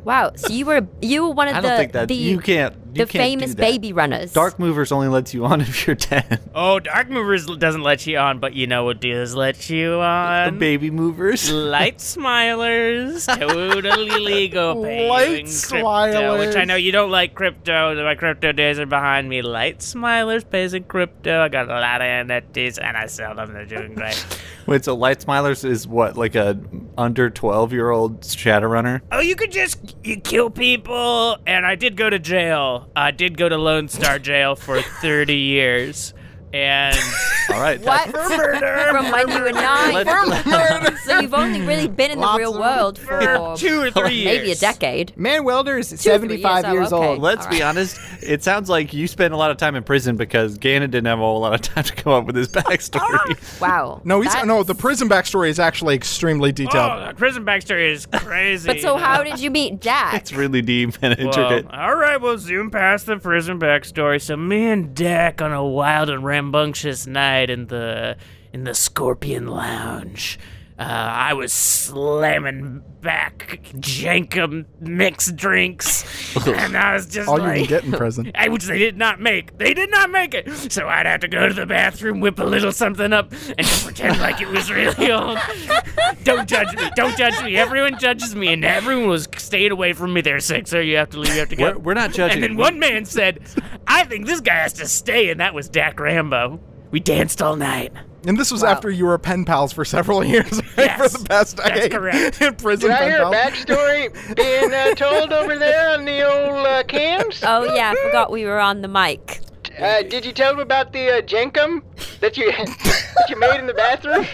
Speaker 5: Wow. So you were you were one of
Speaker 4: I
Speaker 5: the
Speaker 4: don't think that
Speaker 5: the,
Speaker 4: you can't. You
Speaker 5: the
Speaker 4: can't do
Speaker 5: famous
Speaker 4: that.
Speaker 5: baby runners.
Speaker 4: Dark Movers only lets you on if you're ten.
Speaker 1: oh, Dark Movers doesn't let you on, but you know what does let you on?
Speaker 4: baby Movers.
Speaker 1: Light smilers, totally legal. paying
Speaker 3: Light
Speaker 1: crypto, which I
Speaker 3: smilers.
Speaker 1: know you don't like crypto. My crypto days are behind me. Light smilers pays in crypto. I got a lot of NFTs, and I sell them. They're doing great.
Speaker 4: Wait, so Light Smilers is what like a under twelve year old Shadowrunner?
Speaker 1: oh, you could just you kill people, and I did go to jail. I did go to Lone Star Jail for thirty years, and
Speaker 4: All right.
Speaker 5: What? From when you were nine. so you've only really been in the real world for
Speaker 1: two or three years.
Speaker 5: maybe a decade.
Speaker 7: Man Welder's
Speaker 5: or three
Speaker 7: 75
Speaker 5: years, oh,
Speaker 7: years
Speaker 5: okay.
Speaker 7: old.
Speaker 4: Let's be
Speaker 5: All
Speaker 4: honest. It sounds like you spent a lot of time in prison because Gannon didn't have a whole lot of time to come up with his backstory.
Speaker 5: Wow.
Speaker 3: no, he's
Speaker 5: That-
Speaker 3: no. The prison backstory is actually extremely detailed.
Speaker 1: Oh, the prison backstory is crazy.
Speaker 5: But so how did you meet Jack?
Speaker 4: it's really deep and
Speaker 1: Well,
Speaker 10: um,
Speaker 4: intricate.
Speaker 1: Um, all right, we'll zoom past the prison backstory. So me and Dak on a wild and rambunctious night in the in the Scorpion Lounge. Uh, I was slamming back Jankum mixed drinks, and I was just
Speaker 3: All you
Speaker 1: like,
Speaker 3: can get in prison.
Speaker 1: I, which they did not make. They did not make it. So I'd have to go to the bathroom, whip a little something up, and just pretend like it was really old. Don't judge me. Don't judge me. Everyone judges me, and everyone was stayed away from me. They're sick, sir. You have to leave. You have to go.
Speaker 4: We're, we're not
Speaker 1: and
Speaker 4: judging.
Speaker 1: then one man said, "I think this guy has to stay," and that was Dak Rambo. We danced all night.
Speaker 3: And this was after you were pen pals for several years right,
Speaker 1: Yes,
Speaker 3: for the past
Speaker 1: that's
Speaker 3: decade.
Speaker 1: correct.
Speaker 3: In prison pen pals.
Speaker 2: backstory being uh, told over there on the old uh, cams?
Speaker 5: Oh yeah, I forgot we were on the mic.
Speaker 2: Uh, did you tell them about the uh, Jenkum?
Speaker 11: that you that you made in the bathroom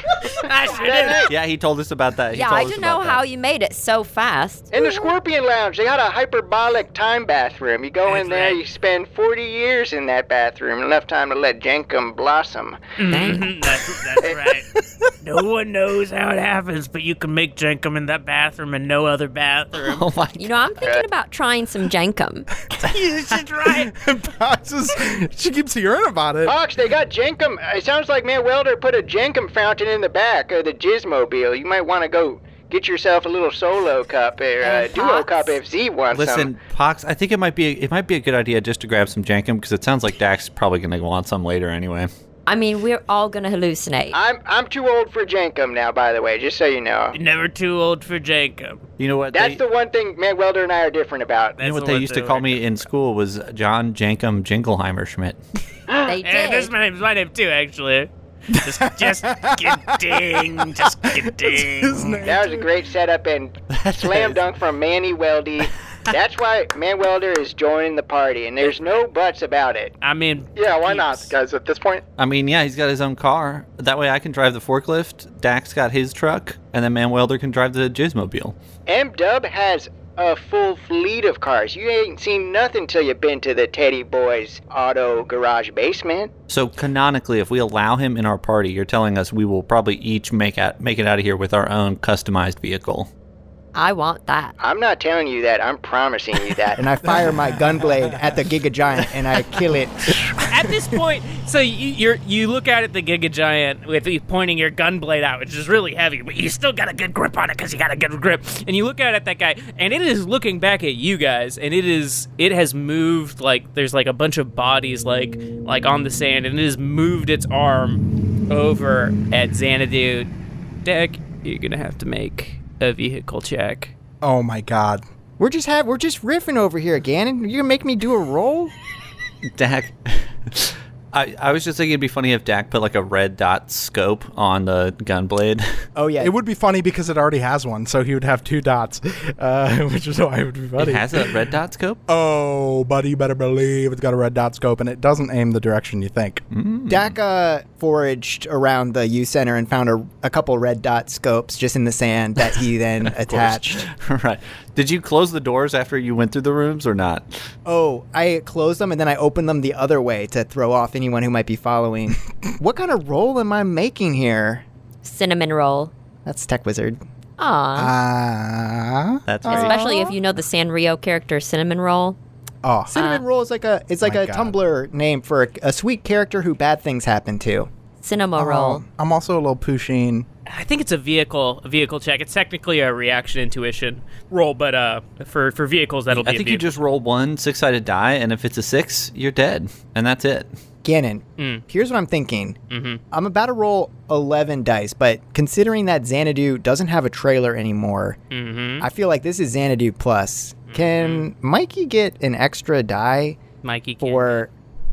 Speaker 4: Yeah, he told us about that. He
Speaker 5: yeah,
Speaker 4: told
Speaker 5: I
Speaker 4: us
Speaker 5: don't know
Speaker 4: about
Speaker 5: how
Speaker 4: that.
Speaker 5: you made it so fast.
Speaker 11: in the Scorpion Lounge. They got a hyperbolic time bathroom. You go in there, you spend 40 years in that bathroom, enough time to let Jenkum blossom.
Speaker 5: Dang.
Speaker 10: that's, Mm-hmm, that's right. No one knows how it happens, but you can make Jenkum in that bathroom and no other bathroom.
Speaker 4: Oh my!
Speaker 5: You know, I'm thinking about trying some Jenkum.
Speaker 10: you should try it.
Speaker 3: Pox is, she keeps hearing about it.
Speaker 11: Fox, they got Jenkum. It sounds like Matt Welder put a Jenkum fountain in the back of the Jizzmobile. You might want to go get yourself a little solo cup or uh,
Speaker 5: Hey,
Speaker 11: duo
Speaker 5: Fox.
Speaker 11: cup if Z wants some.
Speaker 4: Listen, Pox, I think it might be it might be a good idea just to grab some Jankum because it sounds like Dax is probably going to want some later anyway.
Speaker 5: I mean, we're all gonna hallucinate.
Speaker 7: Ah,
Speaker 11: I'm I'm too old for Jenkum now, by the way, just so you know.
Speaker 10: Never too old for Jacob.
Speaker 4: You know what?
Speaker 11: That's
Speaker 4: they,
Speaker 11: the one thing Matt Welder and I are different about.
Speaker 4: you
Speaker 10: That's
Speaker 4: know what
Speaker 10: the
Speaker 4: they
Speaker 10: one
Speaker 4: used
Speaker 10: thing
Speaker 4: to call
Speaker 10: I
Speaker 4: me
Speaker 10: can-
Speaker 4: in school was John Jankum Jingleheimer Schmidt.
Speaker 5: They
Speaker 10: Hey, this is
Speaker 5: did.
Speaker 10: my name's my name too, actually. Just, just kidding, just kidding.
Speaker 11: That was a great setup and slam dunk from Manny Weldy. That's why Man Welder is joining the party, and there's no buts about it.
Speaker 8: I mean,
Speaker 11: Yeah, why not,
Speaker 8: Peeps.
Speaker 11: guys? At this point,
Speaker 4: I mean, yeah, he's got his own car. That way, I can drive the forklift. Dax got his truck, and then Man Welder can drive the Jizzmobile.
Speaker 11: M Dub has a full fleet of cars. You ain't seen nothing till you've been to the Teddy Boys Auto Garage basement.
Speaker 4: So canonically, if we allow him in our party, you're telling us we will probably each make out make it out of here with our own customized vehicle.
Speaker 5: I want that.
Speaker 11: I'm not telling you that. I'm promising you that.
Speaker 7: And I fire my gun blade at the Giga Giant and I kill it.
Speaker 8: at this point, so you you're, you look out at the Giga Giant with you pointing your gun blade out, which is really heavy, but you still got a good grip on it because you got a good grip. And you look out at that guy, and it is looking back at you guys, and it is it has moved like there's like a bunch of bodies like like on the sand, and it has moved its arm over at Xanadu. Deck, you're gonna have to make a vehicle check.
Speaker 3: Oh my god.
Speaker 7: We're just have we're just riffing over here, Gannon. You're gonna make me do a roll?
Speaker 4: Dak, I I was just thinking it'd be funny if Dak put like a red dot scope on the gun blade.
Speaker 7: Oh yeah.
Speaker 3: It would be funny because it already has one, so he would have two dots, uh, which is why it would be funny.
Speaker 4: It has a red dot scope.
Speaker 3: Oh, buddy, you better believe it's got a red dot scope, and it doesn't aim the direction you think.
Speaker 4: Hmm.
Speaker 7: Daka foraged around the U Center and found a, a couple red dot scopes just in the sand that he then attached.
Speaker 4: right. Did you close the doors after you went through the rooms or not?
Speaker 7: Oh, I closed them and then I opened them the other way to throw off anyone who might be following. what kind of roll am I making here?
Speaker 5: Cinnamon roll.
Speaker 7: That's Tech Wizard.
Speaker 5: Aw.
Speaker 3: Ah.
Speaker 4: That's very
Speaker 5: Especially if you know the Sanrio character Cinnamon Roll.
Speaker 3: oh,
Speaker 7: Cinnamon roll is like a it's like
Speaker 3: my
Speaker 7: a
Speaker 3: God.
Speaker 7: Tumblr name for a, a sweet character who bad things happen to.
Speaker 5: Cinema roll.
Speaker 3: I'm also a little pushing.
Speaker 8: I think it's a vehicle a vehicle check. It's technically a reaction intuition roll, but uh, for for vehicles that'll be.
Speaker 4: I
Speaker 8: a
Speaker 4: think
Speaker 8: vehicle.
Speaker 4: you just roll one six sided die, and if it's a six, you're dead, and that's it.
Speaker 7: Gannon, here's what I'm thinking. I'm about to roll 11 dice, but considering that Xanadu doesn't have a trailer anymore, I feel like this is Xanadu plus. Can Mikey get an extra die
Speaker 8: Mikey can-
Speaker 7: for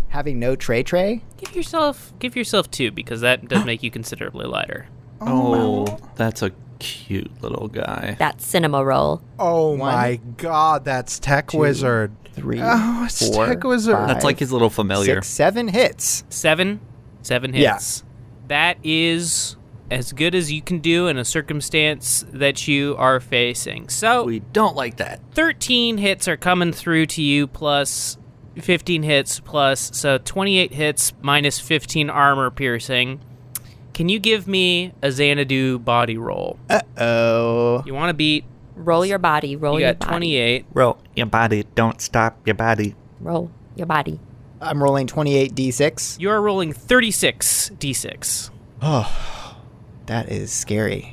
Speaker 7: having no tray tray?
Speaker 8: give yourself give yourself two because that does make you considerably lighter.
Speaker 4: Oh, that's a cute little guy.
Speaker 5: That cinema roll.
Speaker 3: Oh my god, that's Tech Wizard.
Speaker 7: Three,
Speaker 3: Oh, it's
Speaker 7: four,
Speaker 3: Tech Wizard.
Speaker 7: five,
Speaker 4: That's like his little familiar.
Speaker 7: six, seven hits.
Speaker 8: Seven, seven
Speaker 3: Yeah.
Speaker 8: hits. That is as good as you can do in a circumstance that you are facing. So
Speaker 4: We don't like that.
Speaker 8: 13 hits are coming through to you plus 15 hits plus so 28 hits minus 15 armor piercing can you give me a xanadu body roll
Speaker 7: Oh.
Speaker 8: you want to beat
Speaker 5: Roll your body. Roll
Speaker 8: you
Speaker 5: your
Speaker 8: got
Speaker 5: body.
Speaker 8: 28
Speaker 4: Roll your body. Don't stop your body.
Speaker 5: Roll your body.
Speaker 7: I'm rolling 28 d6.
Speaker 8: you are rolling 36 d6
Speaker 7: That is scary.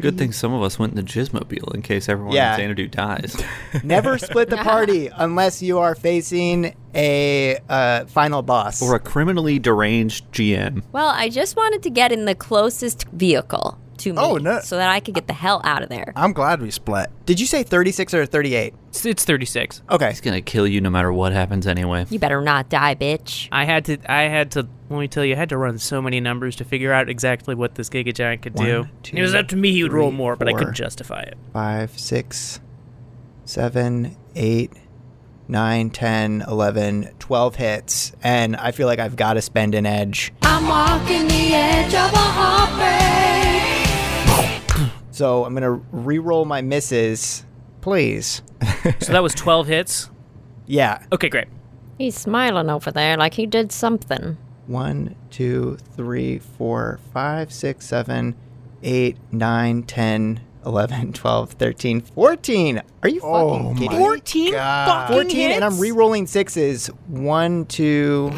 Speaker 4: Good thing some of us went in the Jizzmobile in case everyone
Speaker 7: Yeah.
Speaker 4: in Xanadu dies.
Speaker 7: Never split the party unless you are facing a uh, final boss.
Speaker 4: or a criminally deranged GM.
Speaker 5: Well, I just wanted to get in the closest vehicle to me
Speaker 3: Oh, no.
Speaker 5: so that I could get the hell out of there.
Speaker 3: I'm glad we split.
Speaker 7: Did you say 36 or 38?
Speaker 8: it's, it's 36
Speaker 7: Okay.
Speaker 4: He's gonna kill you no matter what happens anyway.
Speaker 5: You better not die, bitch.
Speaker 8: i had to i had to let me tell you i had to run so many numbers to figure out exactly what this giga giant could do
Speaker 7: One, two,
Speaker 8: it was up to me he would roll
Speaker 7: three,
Speaker 8: more but i
Speaker 7: four.
Speaker 8: couldn't justify it
Speaker 7: Five, six, seven, eight, nine, ten, eleven, twelve hits. And I feel like I've got to spend an edge.
Speaker 12: I'm walking the edge of a heartbreak.
Speaker 7: So I'm gonna re-roll my misses, please.
Speaker 1: So that was 12 hits.
Speaker 7: Yeah,
Speaker 1: Okay, great.
Speaker 5: He's smiling over there like he did something.
Speaker 7: one, two, three, four, five, six, seven, eight, nine, ten, eleven, twelve, thirteen, fourteen. Are you fucking
Speaker 3: Oh
Speaker 7: kidding?
Speaker 3: my
Speaker 7: me?
Speaker 13: 14 fucking
Speaker 7: 14
Speaker 13: hits?
Speaker 7: and I'm re-rolling sixes. One, two,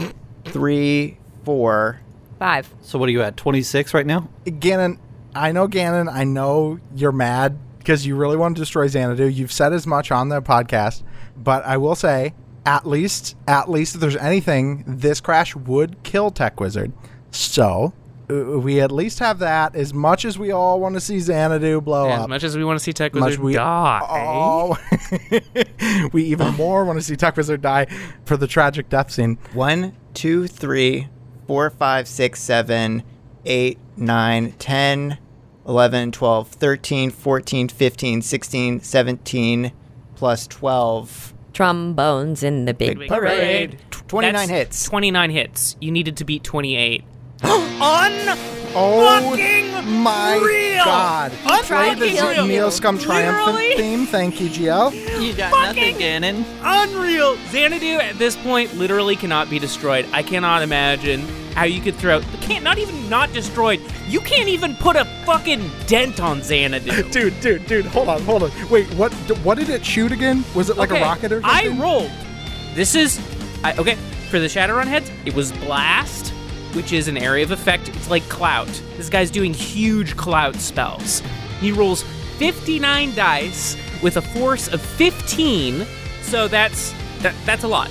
Speaker 7: three, four.
Speaker 5: Five.
Speaker 4: So what are you at? Twenty six right now?
Speaker 3: Ganon, I know Ganon, I know you're mad because you really want to destroy Xanadu. You've said as much on the podcast, but I will say, at least, at least if there's anything, this crash would kill Tech Wizard. So uh, we at least have that as much as we all want to see Xanadu blow
Speaker 1: As
Speaker 3: up.
Speaker 1: much as we want to see Tech
Speaker 3: much
Speaker 1: Wizard
Speaker 3: we-
Speaker 1: die,
Speaker 3: Oh, we even more want to see Tech Wizard die for the tragic death scene.
Speaker 7: One, two, three, four, five, six, seven, eight, nine, 10, 11, 12, 13, 14, 15, 16, 17, plus 12.
Speaker 5: Trombones in the big,
Speaker 7: Big
Speaker 5: parade.
Speaker 1: parade.
Speaker 7: 29
Speaker 1: That's
Speaker 7: hits.
Speaker 1: 29 hits. You needed to beat 28.
Speaker 3: Oh
Speaker 13: Fucking
Speaker 3: my
Speaker 13: real.
Speaker 3: god!
Speaker 13: I'm
Speaker 3: Played the
Speaker 13: fucking real.
Speaker 3: Neil Scum Triumphant
Speaker 13: Literally.
Speaker 3: theme. Thank you, GL.
Speaker 4: You got
Speaker 13: Fucking-
Speaker 4: Ganon.
Speaker 13: Unreal.
Speaker 1: Xanadu at this point literally cannot be destroyed. I cannot imagine how you could throw. Can't not even not destroyed. You can't even put a fucking dent on Xanadu.
Speaker 3: Dude, dude, dude, hold on, hold on. Wait, what what did it shoot again? Was it like
Speaker 1: Okay,
Speaker 3: a rocket or
Speaker 1: I
Speaker 3: something?
Speaker 1: rolled. This is I, okay for the Shadowrun heads. It was blast, which is an area of effect. It's like clout. This guy's doing huge clout spells. He rolls 59 dice with a force of 15. So that's that, that's a lot.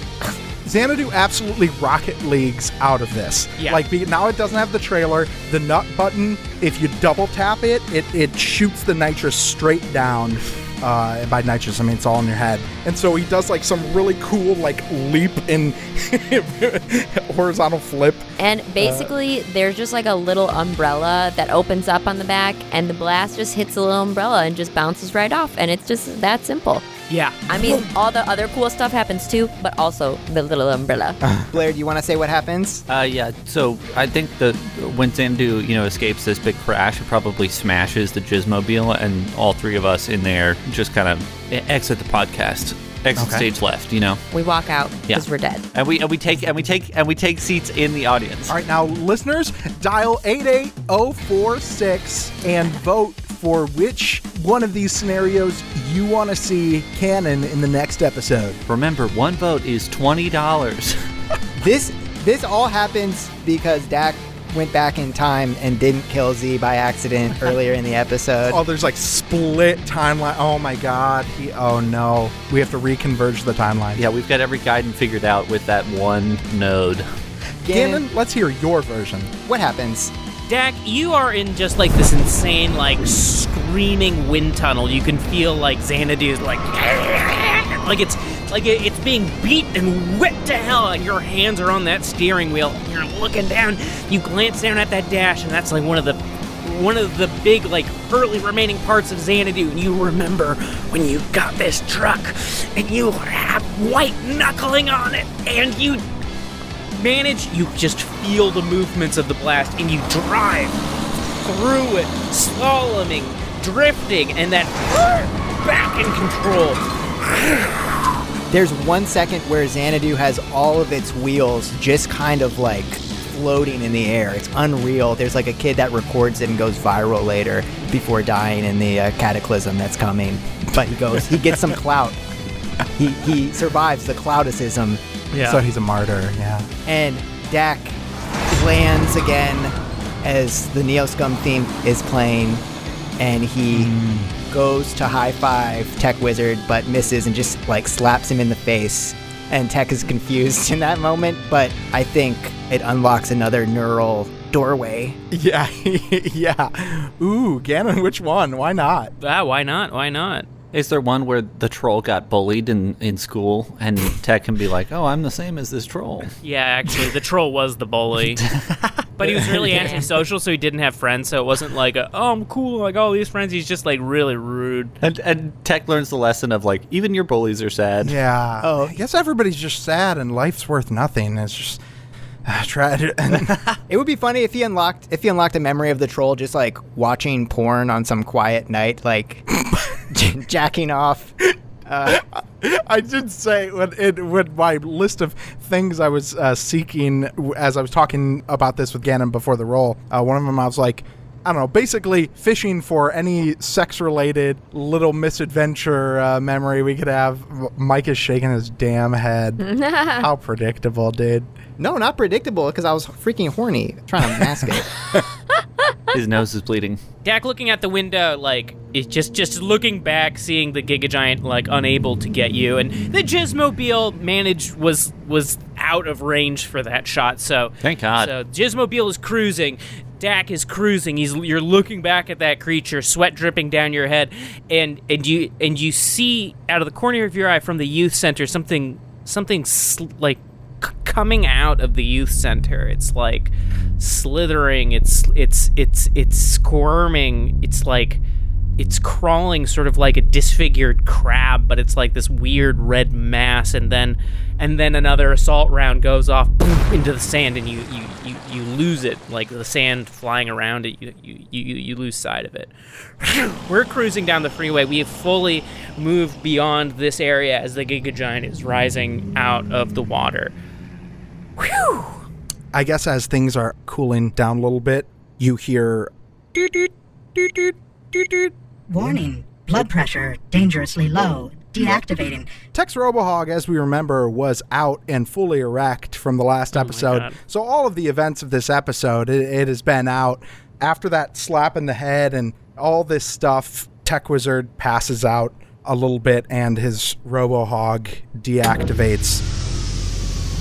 Speaker 3: Xanadu absolutely rocket leagues out of this.
Speaker 1: Yeah.
Speaker 3: Like be, now it doesn't have the trailer. The nut button, if you double tap it, it, it shoots the nitrous straight down. Uh, and by nitrous, I mean it's all in your head. And so he does like some really cool like leap and horizontal flip.
Speaker 5: And basically, there's just like a little umbrella that opens up on the back, and the blast just hits the little umbrella and just bounces right off. And it's just that simple.
Speaker 1: Yeah.
Speaker 5: I mean, all the other cool stuff happens too, but also the little umbrella.
Speaker 7: Blair, do you want to say what happens?
Speaker 4: Uh, yeah. So I think the when Xanadu, you know, escapes this big crash, it probably smashes the Gizmobile, and all three of us in there just kind of exit the podcast, exit stage left, you know,
Speaker 5: we walk out
Speaker 4: Yeah.
Speaker 5: because we're dead.
Speaker 4: and we and we take and we take and we take seats in the audience.
Speaker 3: All right, now listeners, dial 88046 and vote for which one of these scenarios you want to see canon in the next episode.
Speaker 4: Remember, one vote is twenty dollars.
Speaker 7: This this all happens because Dak went back in time and didn't kill Z by accident earlier in the episode.
Speaker 3: Oh, there's like split timeline. Oh my god. He, oh no. We have to reconverge the timeline.
Speaker 4: yeah, we've got every guidance figured out with that one node.
Speaker 7: Gannon,
Speaker 3: Gannon, let's hear your version.
Speaker 7: what happens?
Speaker 1: Dak, you are in just like this insane, like screaming wind tunnel. You can feel like Xanadu's like, like it's like it, it's being beat and whipped to hell, and your hands are on that steering wheel. And you're looking down. You glance down at that dash, and that's like one of the one of the big like early remaining parts of Xanadu. And you remember when you got this truck, and you had white knuckling on it, and you manage, you just feel the movements of the blast and you drive through it, slaloming, drifting, and that back in control.
Speaker 7: There's one second where Xanadu has all of its wheels just kind of like floating in the air. It's unreal. There's like a kid that records it and goes viral later before dying in the uh, cataclysm that's coming. But he goes, he gets some clout. He, he survives the cloudicism
Speaker 1: Yeah.
Speaker 3: So he's a martyr. Yeah.
Speaker 7: and Dak lands again as the Neo Scum theme is playing, and he goes to high five Tech Wizard, but misses and just like slaps him in the face. And Tech is confused in that moment, but I think it unlocks another neural doorway.
Speaker 3: Yeah. yeah. Ooh, Ganon, which one? Why not?
Speaker 1: ah, why not? Why not?
Speaker 4: Is there one where the troll got bullied in, in school and Tech can be like, oh, I'm the same as this troll?
Speaker 1: Yeah, actually, the troll was the bully. But he was really antisocial, so he didn't have friends. So it wasn't like, a, oh, I'm cool, like all these friends. He's just like really rude.
Speaker 4: And, and Tech learns the lesson of like, even your bullies are sad.
Speaker 3: Yeah.
Speaker 7: Oh.
Speaker 3: I guess everybody's just sad and life's worth nothing. It's just I tried.
Speaker 7: It would be funny if he unlocked if he unlocked a memory of the troll just like watching porn on some quiet night, like j- jacking off. Uh,
Speaker 3: I did say when it when my list of things I was uh, seeking w- as I was talking about this with Gannon before the roll. Uh, one of them I was like, I don't know, basically fishing for any sex related little misadventure uh, memory we could have. M- Mike is shaking his damn head. How predictable, dude.
Speaker 7: no, not predictable because I was freaking horny trying to mask it.
Speaker 4: His nose is bleeding.
Speaker 1: Dak looking at the window, like it's just just looking back, seeing the Giga Giant like unable to get you, and the Gizmobile managed was was out of range for that shot. So
Speaker 4: Thank God.
Speaker 1: So Gizmobile is cruising. Dak is cruising. He's you're looking back at that creature, sweat dripping down your head, and and you and you see out of the corner of your eye from the youth center something something sl- like c- coming out of the youth center. It's like slithering. It's it's it's it's squirming. It's like it's crawling sort of like a disfigured crab but it's like this weird red mass and then and then another assault round goes off poof, into the sand and you you, you you lose it like the sand flying around it you you, you, you- you lose sight of it we're cruising down the freeway we have fully moved beyond this area as the giga giant is rising out of the water
Speaker 3: I guess as things are cooling down a little bit, you hear
Speaker 8: Warning. Blood pressure dangerously low. Deactivating.
Speaker 3: Tex Robohog, as we remember, was out and fully erect from the last episode.
Speaker 1: God.
Speaker 3: So all of the events of this episode, it, it has been out. After that slap in the head and all this stuff, Tech Wizard passes out a little bit and his Robohog deactivates.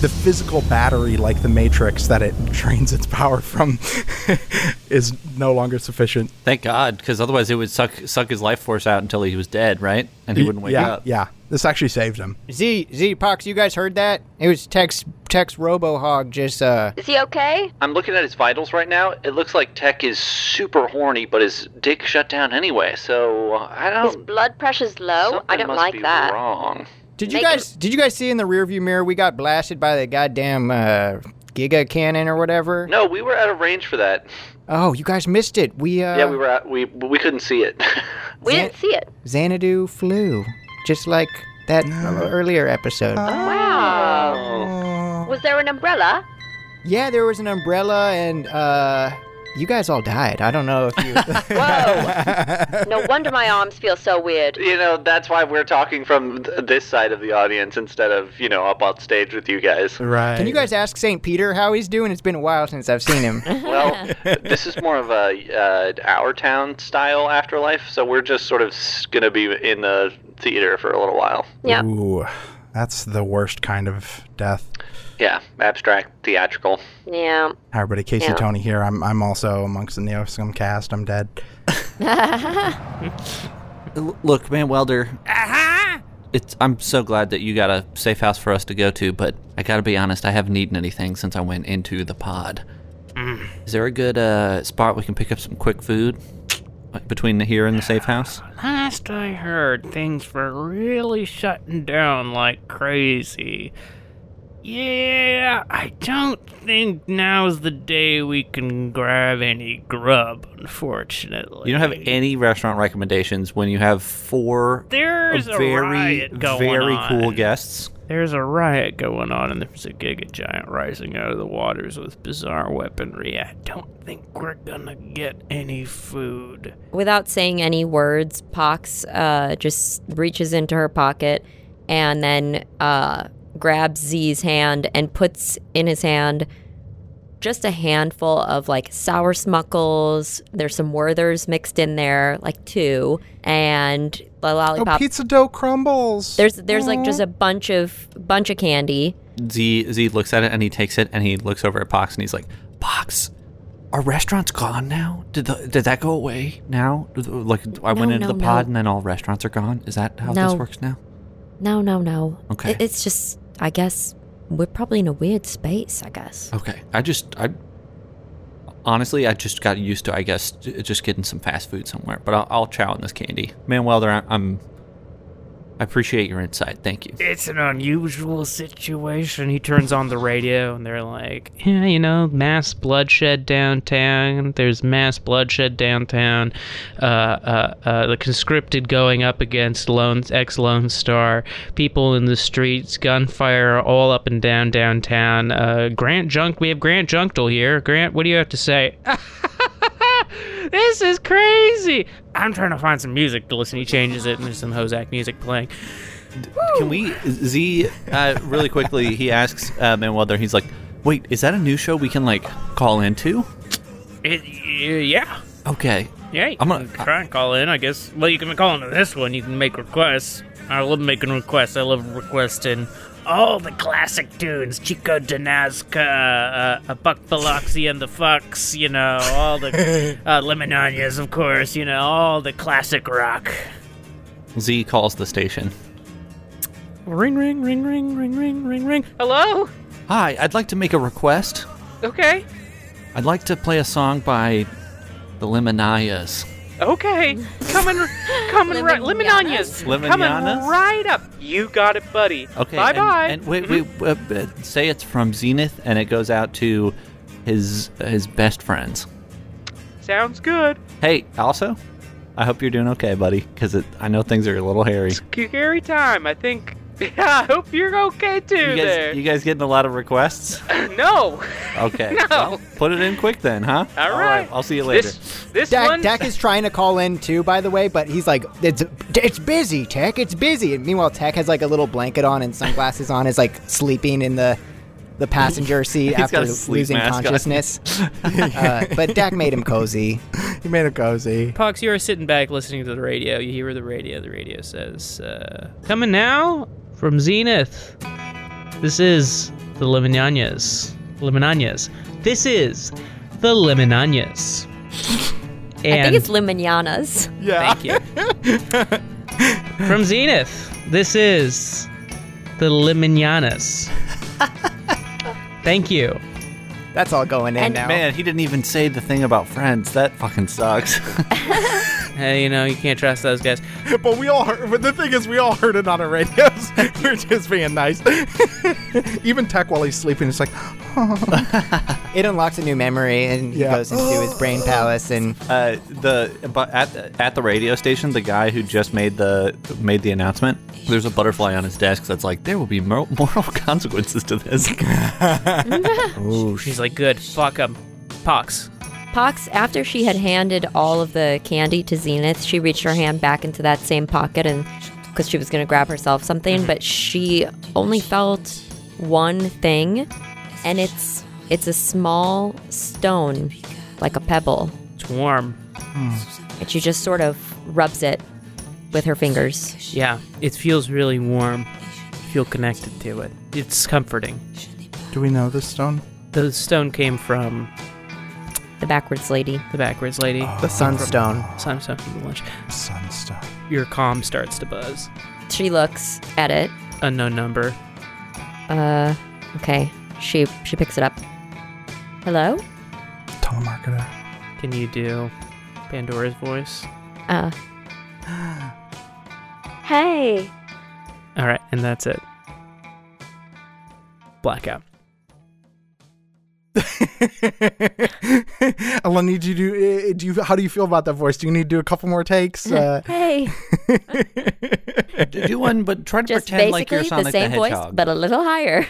Speaker 3: The physical battery, like the Matrix that it drains its power from, is no longer sufficient.
Speaker 4: Thank God, because otherwise it would suck suck his life force out until he was dead, right? And he wouldn't wake
Speaker 3: yeah,
Speaker 4: up.
Speaker 3: Yeah, this actually saved him.
Speaker 7: Z Z Pox, you guys heard that? It was Tex Tex Robohog just uh
Speaker 5: Is he okay?
Speaker 4: I'm looking at his vitals right now. It looks like Tech is super horny, but his dick shut down anyway. So I
Speaker 5: His blood pressure's low. I don't like that.
Speaker 4: Wrong.
Speaker 7: Did you
Speaker 5: Make 'em-
Speaker 7: guys did you guys see in the rearview mirror we got blasted by the goddamn uh Giga cannon or whatever?
Speaker 4: No, we were out of range for that.
Speaker 7: Oh, you guys missed it. We uh
Speaker 4: yeah, we were out, we we couldn't see it.
Speaker 5: We didn't see it.
Speaker 7: Xanadu flew, just like that earlier episode.
Speaker 5: Wow. Was there an umbrella?
Speaker 7: Yeah, there was an umbrella, and uh, you guys all died. I don't know if you.
Speaker 5: Whoa. no wonder my arms feel so weird.
Speaker 4: you know, that's why we're talking from th- this side of the audience instead of you know up on stage with you guys.
Speaker 3: Right.
Speaker 7: Can you guys ask St. Peter how he's doing? It's been a while since I've seen him.
Speaker 4: Well, this is more of a uh, our town style afterlife, so we're just sort of s- gonna be in the theater for a little while.
Speaker 5: Yeah.
Speaker 3: Ooh, that's the worst kind of death.
Speaker 4: Yeah, abstract, theatrical.
Speaker 5: Yeah.
Speaker 3: Hi, everybody. Casey
Speaker 5: Yeah.
Speaker 3: Tony here. I'm, I'm also amongst the Neoscum cast. I'm dead.
Speaker 4: Look, man, Welder.
Speaker 1: Uh-huh.
Speaker 4: It's. I'm so glad that you got a safe house for us to go to, but I gotta be honest. I haven't eaten anything since I went into the pod.
Speaker 1: Mm.
Speaker 4: Is there a good uh, spot we can pick up some quick food like between the, here and the safe house?
Speaker 1: Last I heard, things were really shutting down like crazy. Yeah, I don't think now's the day we can grab any grub, unfortunately.
Speaker 4: You don't have any restaurant recommendations when you have four
Speaker 1: There's a
Speaker 4: very,
Speaker 1: riot going
Speaker 4: very
Speaker 1: on.
Speaker 4: cool guests.
Speaker 1: There's a riot going on, and there's a Giga Giant rising out of the waters with bizarre weaponry. I don't think we're gonna get any food.
Speaker 5: Without saying any words, Pox uh, just reaches into her pocket and then uh, grabs Z's hand and puts in his hand just a handful of like sour smuckles. There's some Werthers mixed in there, like two, and the
Speaker 3: Oh,
Speaker 5: lollipop.
Speaker 3: pizza dough crumbles.
Speaker 5: there's there's like just a bunch of bunch of candy.
Speaker 4: Z Z looks at it and he takes it and he looks over at Pox and he's like, Pox, are restaurants gone now? Did the, did that go away now? Like I went
Speaker 5: No,
Speaker 4: into
Speaker 5: no,
Speaker 4: the pod
Speaker 5: no.
Speaker 4: and then all restaurants are gone. Is that how
Speaker 5: No.
Speaker 4: this works now?
Speaker 5: No, no, no.
Speaker 4: Okay.
Speaker 5: It- it's just I guess we're probably in a weird space. I guess.
Speaker 4: Okay, I just I honestly I just got used to I guess j- just getting some fast food somewhere, but I'll, I'll chow on this candy. Man, Welder, I, I'm I I appreciate your insight. Thank you.
Speaker 1: It's an unusual situation. He turns on the radio and they're like, yeah, you know, mass bloodshed downtown. There's mass bloodshed downtown. Uh, uh, uh, the conscripted going up against lone, ex Lone Star. People in the streets, gunfire all up and down downtown. Uh, Grant Junk, we have Grant Junkdale here. Grant, what do you have to say? this is crazy. I'm trying to find some music to listen. He changes it and there's some Hozak music playing.
Speaker 4: Can we, Z, uh, really quickly, he asks uh, Manwelder, he's like, wait, is that a new show we can, like, call into?
Speaker 1: It, y- yeah.
Speaker 4: Okay.
Speaker 1: Yeah, you
Speaker 4: I'm
Speaker 1: can try and call in, I guess. Well, you can call into this one. You can make requests. I love making requests. I love requesting all the classic tunes Chico de Nazca, uh, uh, Buck Biloxi and the Fox, you know, all the uh, Lemonanias, of course, you know, all the classic rock.
Speaker 4: Z calls the station.
Speaker 1: Ring, ring, ring, ring, ring, ring, ring, ring. Hello?
Speaker 4: Hi, I'd like to make a request.
Speaker 1: Okay.
Speaker 4: I'd like to play a song by the Lemonayas.
Speaker 1: Okay, coming, coming right, lemonanias, coming
Speaker 4: Lemonanias?
Speaker 1: right up. You got it, buddy.
Speaker 4: Okay.
Speaker 1: bye
Speaker 4: and-
Speaker 1: bye.
Speaker 4: And, wait, wait,
Speaker 1: Mm-hmm.
Speaker 4: uh, uh, say it's from Zenith, and it goes out to his his best friends.
Speaker 1: Sounds good.
Speaker 4: Hey, also, I hope you're doing okay, buddy, because I know things are a little hairy.
Speaker 1: Scary time. I think. I hope you're okay too.
Speaker 4: You
Speaker 1: there.
Speaker 4: guys, you guys getting a lot of requests?
Speaker 1: no.
Speaker 4: Okay.
Speaker 1: No.
Speaker 4: well, put it in quick then, huh?
Speaker 1: All right.
Speaker 4: I'll see you later.
Speaker 1: This- This
Speaker 7: Dak,
Speaker 1: one-
Speaker 7: Dak is trying to call in too, by the way, but he's like, it's it's busy, Tech. It's busy. And meanwhile, Tech has like a little blanket on and sunglasses on, is like sleeping in the the passenger seat
Speaker 3: He's got
Speaker 7: after
Speaker 3: a sleep
Speaker 7: losing
Speaker 3: mask on.
Speaker 7: consciousness. uh, but Dak made him cozy.
Speaker 3: He made him cozy.
Speaker 1: Pox, you are sitting back listening to the radio. You hear the radio. The radio says, uh, "Coming now from Zenith. This is the Lemonanias. Lemonanias. This is the Lemonanias."
Speaker 5: I think it's Limananas.
Speaker 1: Yeah. Thank you. From Zenith, this is the Limananas. Thank you.
Speaker 7: That's all going in now.
Speaker 4: Man, he didn't even say the thing about friends. That fucking sucks.
Speaker 1: Hey, you know, you can't trust those guys.
Speaker 3: But we all heard. But the thing is, we all heard it on our radios. We're just being nice. Even Tech, while he's sleeping, it's like,
Speaker 7: It unlocks a new memory and he goes into his brain palace and
Speaker 4: uh, the but at the- at the radio station, the guy who just made the made the announcement, there's a butterfly on his desk that's like, there will be mor- moral consequences to this.
Speaker 1: She's like, good, fuck 'em. Pox.
Speaker 5: Pox, after she had handed all of the candy to Zenith, she reached her hand back into that same pocket and because she was going to grab herself something, but she only felt one thing, and it's it's a small stone, like a pebble,
Speaker 1: It's warm.
Speaker 5: and she just sort of rubs it with her fingers.
Speaker 1: Yeah, it feels really warm. You feel connected to it. It's comforting.
Speaker 3: "Do we know this stone?"
Speaker 1: The stone came from
Speaker 5: The backwards lady.
Speaker 1: the backwards lady.
Speaker 5: Oh.
Speaker 7: the sunstone.
Speaker 1: Sunstone from the lunch.
Speaker 3: Sunstone.
Speaker 1: Your comm starts to buzz.
Speaker 5: She looks at it.
Speaker 1: Unknown number.
Speaker 5: Uh, okay. She she picks it up. Hello.
Speaker 3: Telemarketer.
Speaker 1: Can you do Pandora's voice?
Speaker 5: Uh,
Speaker 14: Hey.
Speaker 1: All right, and that's it. Blackout.
Speaker 3: Ellen, need you do? eh, Do you? How do you feel about that voice? Do you need to do a couple more takes? Uh,
Speaker 5: hey.
Speaker 4: Do one, but try to
Speaker 5: Just
Speaker 4: pretend
Speaker 5: basically
Speaker 4: like you're Sonic the,
Speaker 5: the same voice,
Speaker 4: Hedgehog.
Speaker 5: but a little higher.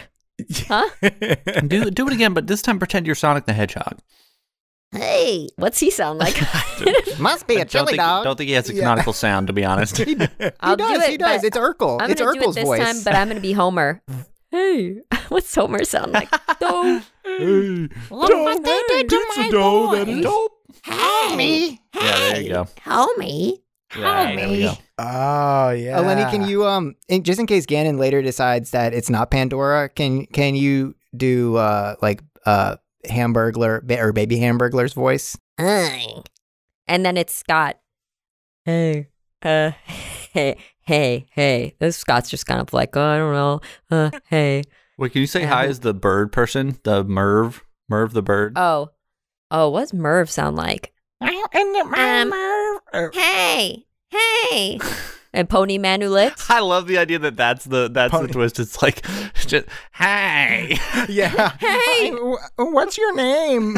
Speaker 5: huh?
Speaker 4: do do it again, but this time pretend you're Sonic the Hedgehog.
Speaker 5: Hey, what's he sound like?
Speaker 7: Must be a
Speaker 4: Don't
Speaker 7: chili
Speaker 4: think,
Speaker 7: dog.
Speaker 4: don't think he has a canonical sound, to be honest.
Speaker 5: I'll
Speaker 7: does,
Speaker 5: do it.
Speaker 7: he does.
Speaker 5: but
Speaker 7: It's Urkel.
Speaker 5: I'm
Speaker 7: It's
Speaker 5: gonna do it
Speaker 7: Urkel's
Speaker 5: this
Speaker 7: voice.
Speaker 5: time, but I'm gonna be Homer. hey, what's Homer sound like? Doe. Look what they did to my boy.
Speaker 7: Me?
Speaker 4: yeah, there you go.
Speaker 5: Homie.
Speaker 4: Yeah, there we go.
Speaker 3: oh yeah.
Speaker 7: Eleni, Uh, can you um in, just in case Ganon later decides that it's not Pandora, can can you do uh like uh Hamburglar ba- or Baby Hamburglar's voice?
Speaker 5: Hey. And then it's Scott. Hey. Uh. Hey. Hey. Hey. This Scott's just kind of like, oh, I don't know. Uh. Hey.
Speaker 4: Wait, can you say hi as the bird person, the Merv, Merv the bird?
Speaker 5: Um, Oh. Oh. What's Merv sound like? Um, Hey. Hey. and Pony Manulit.
Speaker 4: I love the idea that that's the that's the twist. It's like, just, hey,
Speaker 3: yeah.
Speaker 5: Hey,
Speaker 3: what's your name?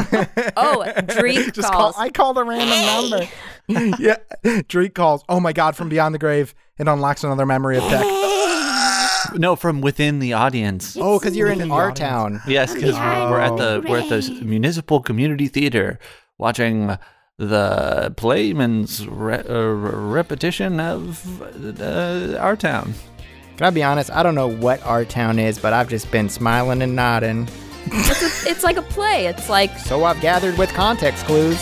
Speaker 5: oh, Dreek
Speaker 3: Just
Speaker 5: calls.
Speaker 3: Call, I called a random number. yeah. Drake calls. Oh my god! From beyond the grave, it unlocks another memory of tech.
Speaker 4: no, from within the audience.
Speaker 7: Oh, because you're in our town.
Speaker 4: Yes, because we're at the we're at the municipal community theater watching the playman's re- uh, repetition of uh, our town.
Speaker 7: Can I be honest? I don't know what our town is, but I've just been smiling and nodding.
Speaker 5: It's, a, it's like a play. It's like
Speaker 7: So I've gathered with context clues.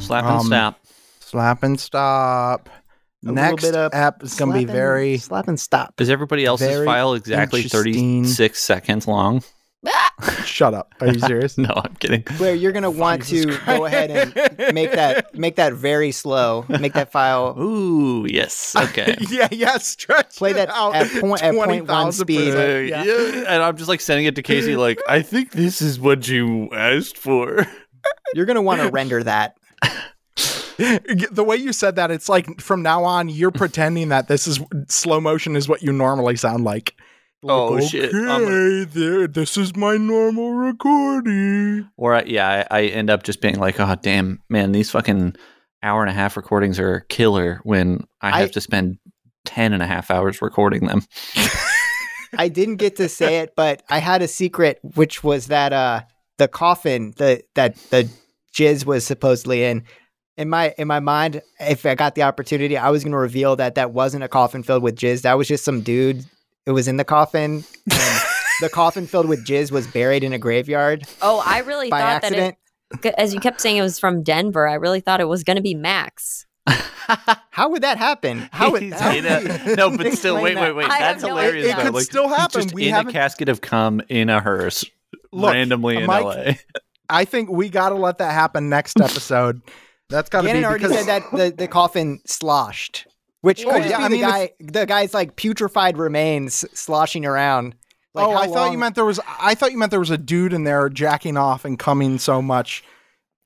Speaker 4: Slap and
Speaker 3: Um,
Speaker 4: snap.
Speaker 3: Slap and stop.
Speaker 7: little
Speaker 3: Next
Speaker 7: bit of
Speaker 3: app is going to be
Speaker 7: slapping-
Speaker 3: very.
Speaker 7: slap and stop.
Speaker 4: Is everybody else's
Speaker 3: very
Speaker 4: file exactly
Speaker 3: interesting.
Speaker 4: thirty six seconds long?
Speaker 3: Shut up. Are you serious?
Speaker 4: No, I'm kidding.
Speaker 7: Blair, you're gonna want to go ahead and make that make that very slow. Make that file
Speaker 4: Ooh, yes. Okay.
Speaker 3: yeah. Yeah. Stretch.
Speaker 7: play
Speaker 3: it
Speaker 7: that
Speaker 3: out
Speaker 7: at point at point one
Speaker 3: 20,000%.
Speaker 7: speed.
Speaker 4: Uh,
Speaker 3: Yeah.
Speaker 4: yeah, and I'm just like sending it to Casey, like, I think this is what you asked for.
Speaker 7: You're gonna want to render that.
Speaker 3: The way you said that, it's like from now on, you're pretending that this is slow motion is what you normally sound like.
Speaker 4: Oh,
Speaker 3: Like,
Speaker 4: shit.
Speaker 3: Okay,
Speaker 4: I'm a-
Speaker 3: there, this is my normal recording.
Speaker 4: Or, I, yeah, I, I end up just being like, oh, damn, man, these fucking hour and a half recordings are killer when I
Speaker 7: I-
Speaker 4: have to spend 10 and a half hours recording them.
Speaker 7: I didn't get to say it, but I had a secret, which was that uh the coffin the that the jizz was supposedly in. In my in my mind, if I got the opportunity, I was gonna reveal that that wasn't a coffin filled with jizz. That was just some dude. It was in the coffin. And the coffin filled with jizz was buried in a graveyard
Speaker 5: oh, I really
Speaker 7: by
Speaker 5: thought
Speaker 7: accident.
Speaker 5: that it, as you kept saying, it was from Denver. I really thought it was going to be Max.
Speaker 7: How would that happen? How would
Speaker 4: He's
Speaker 7: how
Speaker 4: in
Speaker 7: would
Speaker 4: a-
Speaker 7: you
Speaker 4: no, but still,
Speaker 7: explain
Speaker 4: wait,
Speaker 7: that?
Speaker 4: wait, wait.
Speaker 5: I
Speaker 4: That's
Speaker 5: have no
Speaker 4: hilarious.
Speaker 5: idea. It
Speaker 4: though.
Speaker 3: could
Speaker 4: Like,
Speaker 3: still
Speaker 4: he's
Speaker 3: happen.
Speaker 4: Just
Speaker 3: We
Speaker 4: in a
Speaker 3: haven't-
Speaker 4: casket of cum in a hearse.
Speaker 3: Look,
Speaker 4: randomly in
Speaker 3: Mike-
Speaker 4: LA.
Speaker 3: I think we got to let that happen next episode. That's got to be
Speaker 7: Gannon already
Speaker 3: because
Speaker 7: said that the, the coffin sloshed, which could
Speaker 3: Yeah,
Speaker 7: just be
Speaker 3: I
Speaker 7: the
Speaker 3: mean,
Speaker 7: guy. The guy's like putrefied remains sloshing around. Like,
Speaker 3: oh,
Speaker 7: how
Speaker 3: I thought you
Speaker 7: long-
Speaker 3: meant there was. I thought you meant there was a dude in there jacking off and coming so much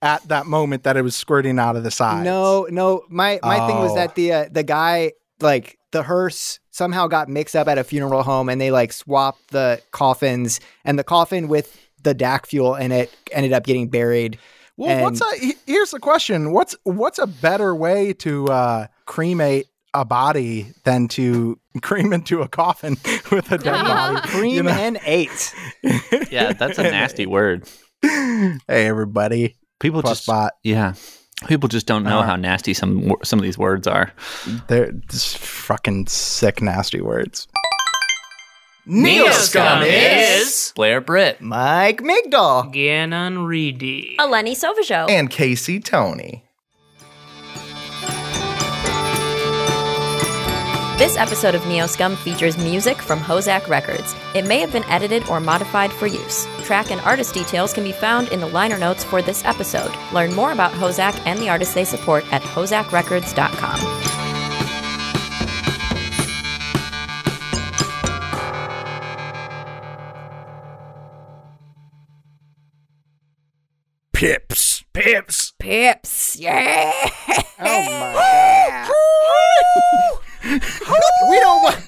Speaker 3: at that moment that it was squirting out of the sides.
Speaker 7: No, no. My my thing was
Speaker 3: Oh.
Speaker 7: that the uh, the guy like the hearse somehow got mixed up at a funeral home, and they like swapped the coffins, and the coffin with the DAC fuel in it ended up getting buried.
Speaker 3: Well, what's
Speaker 7: and-
Speaker 3: a? he- Here's the question. What's what's a better way to uh, cremate a body than to cream into a coffin with a dead body?
Speaker 7: Cream
Speaker 3: You know?
Speaker 7: and eight.
Speaker 4: Yeah, that's a nasty word.
Speaker 3: Hey, everybody.
Speaker 4: People
Speaker 3: Plus
Speaker 4: just,
Speaker 3: bot.
Speaker 4: yeah, people just don't know
Speaker 3: Uh,
Speaker 4: how nasty some wo- some of these words are.
Speaker 3: They're just fucking sick, nasty words.
Speaker 1: eh?
Speaker 14: Blair Britt.
Speaker 7: Mike Migdal.
Speaker 1: Gannon Reedy.
Speaker 5: Eleni Sova Show.
Speaker 14: And Casey Tony.
Speaker 5: This episode of Neo Scum features music from Hozak Records. It may have been edited or modified for use. Track and artist details can be found in the liner notes for this episode. Learn more about Hozak and the artists they support at hozakrecords.com.
Speaker 14: Pips. Pips.
Speaker 5: Pips, yeah!
Speaker 7: We don't want.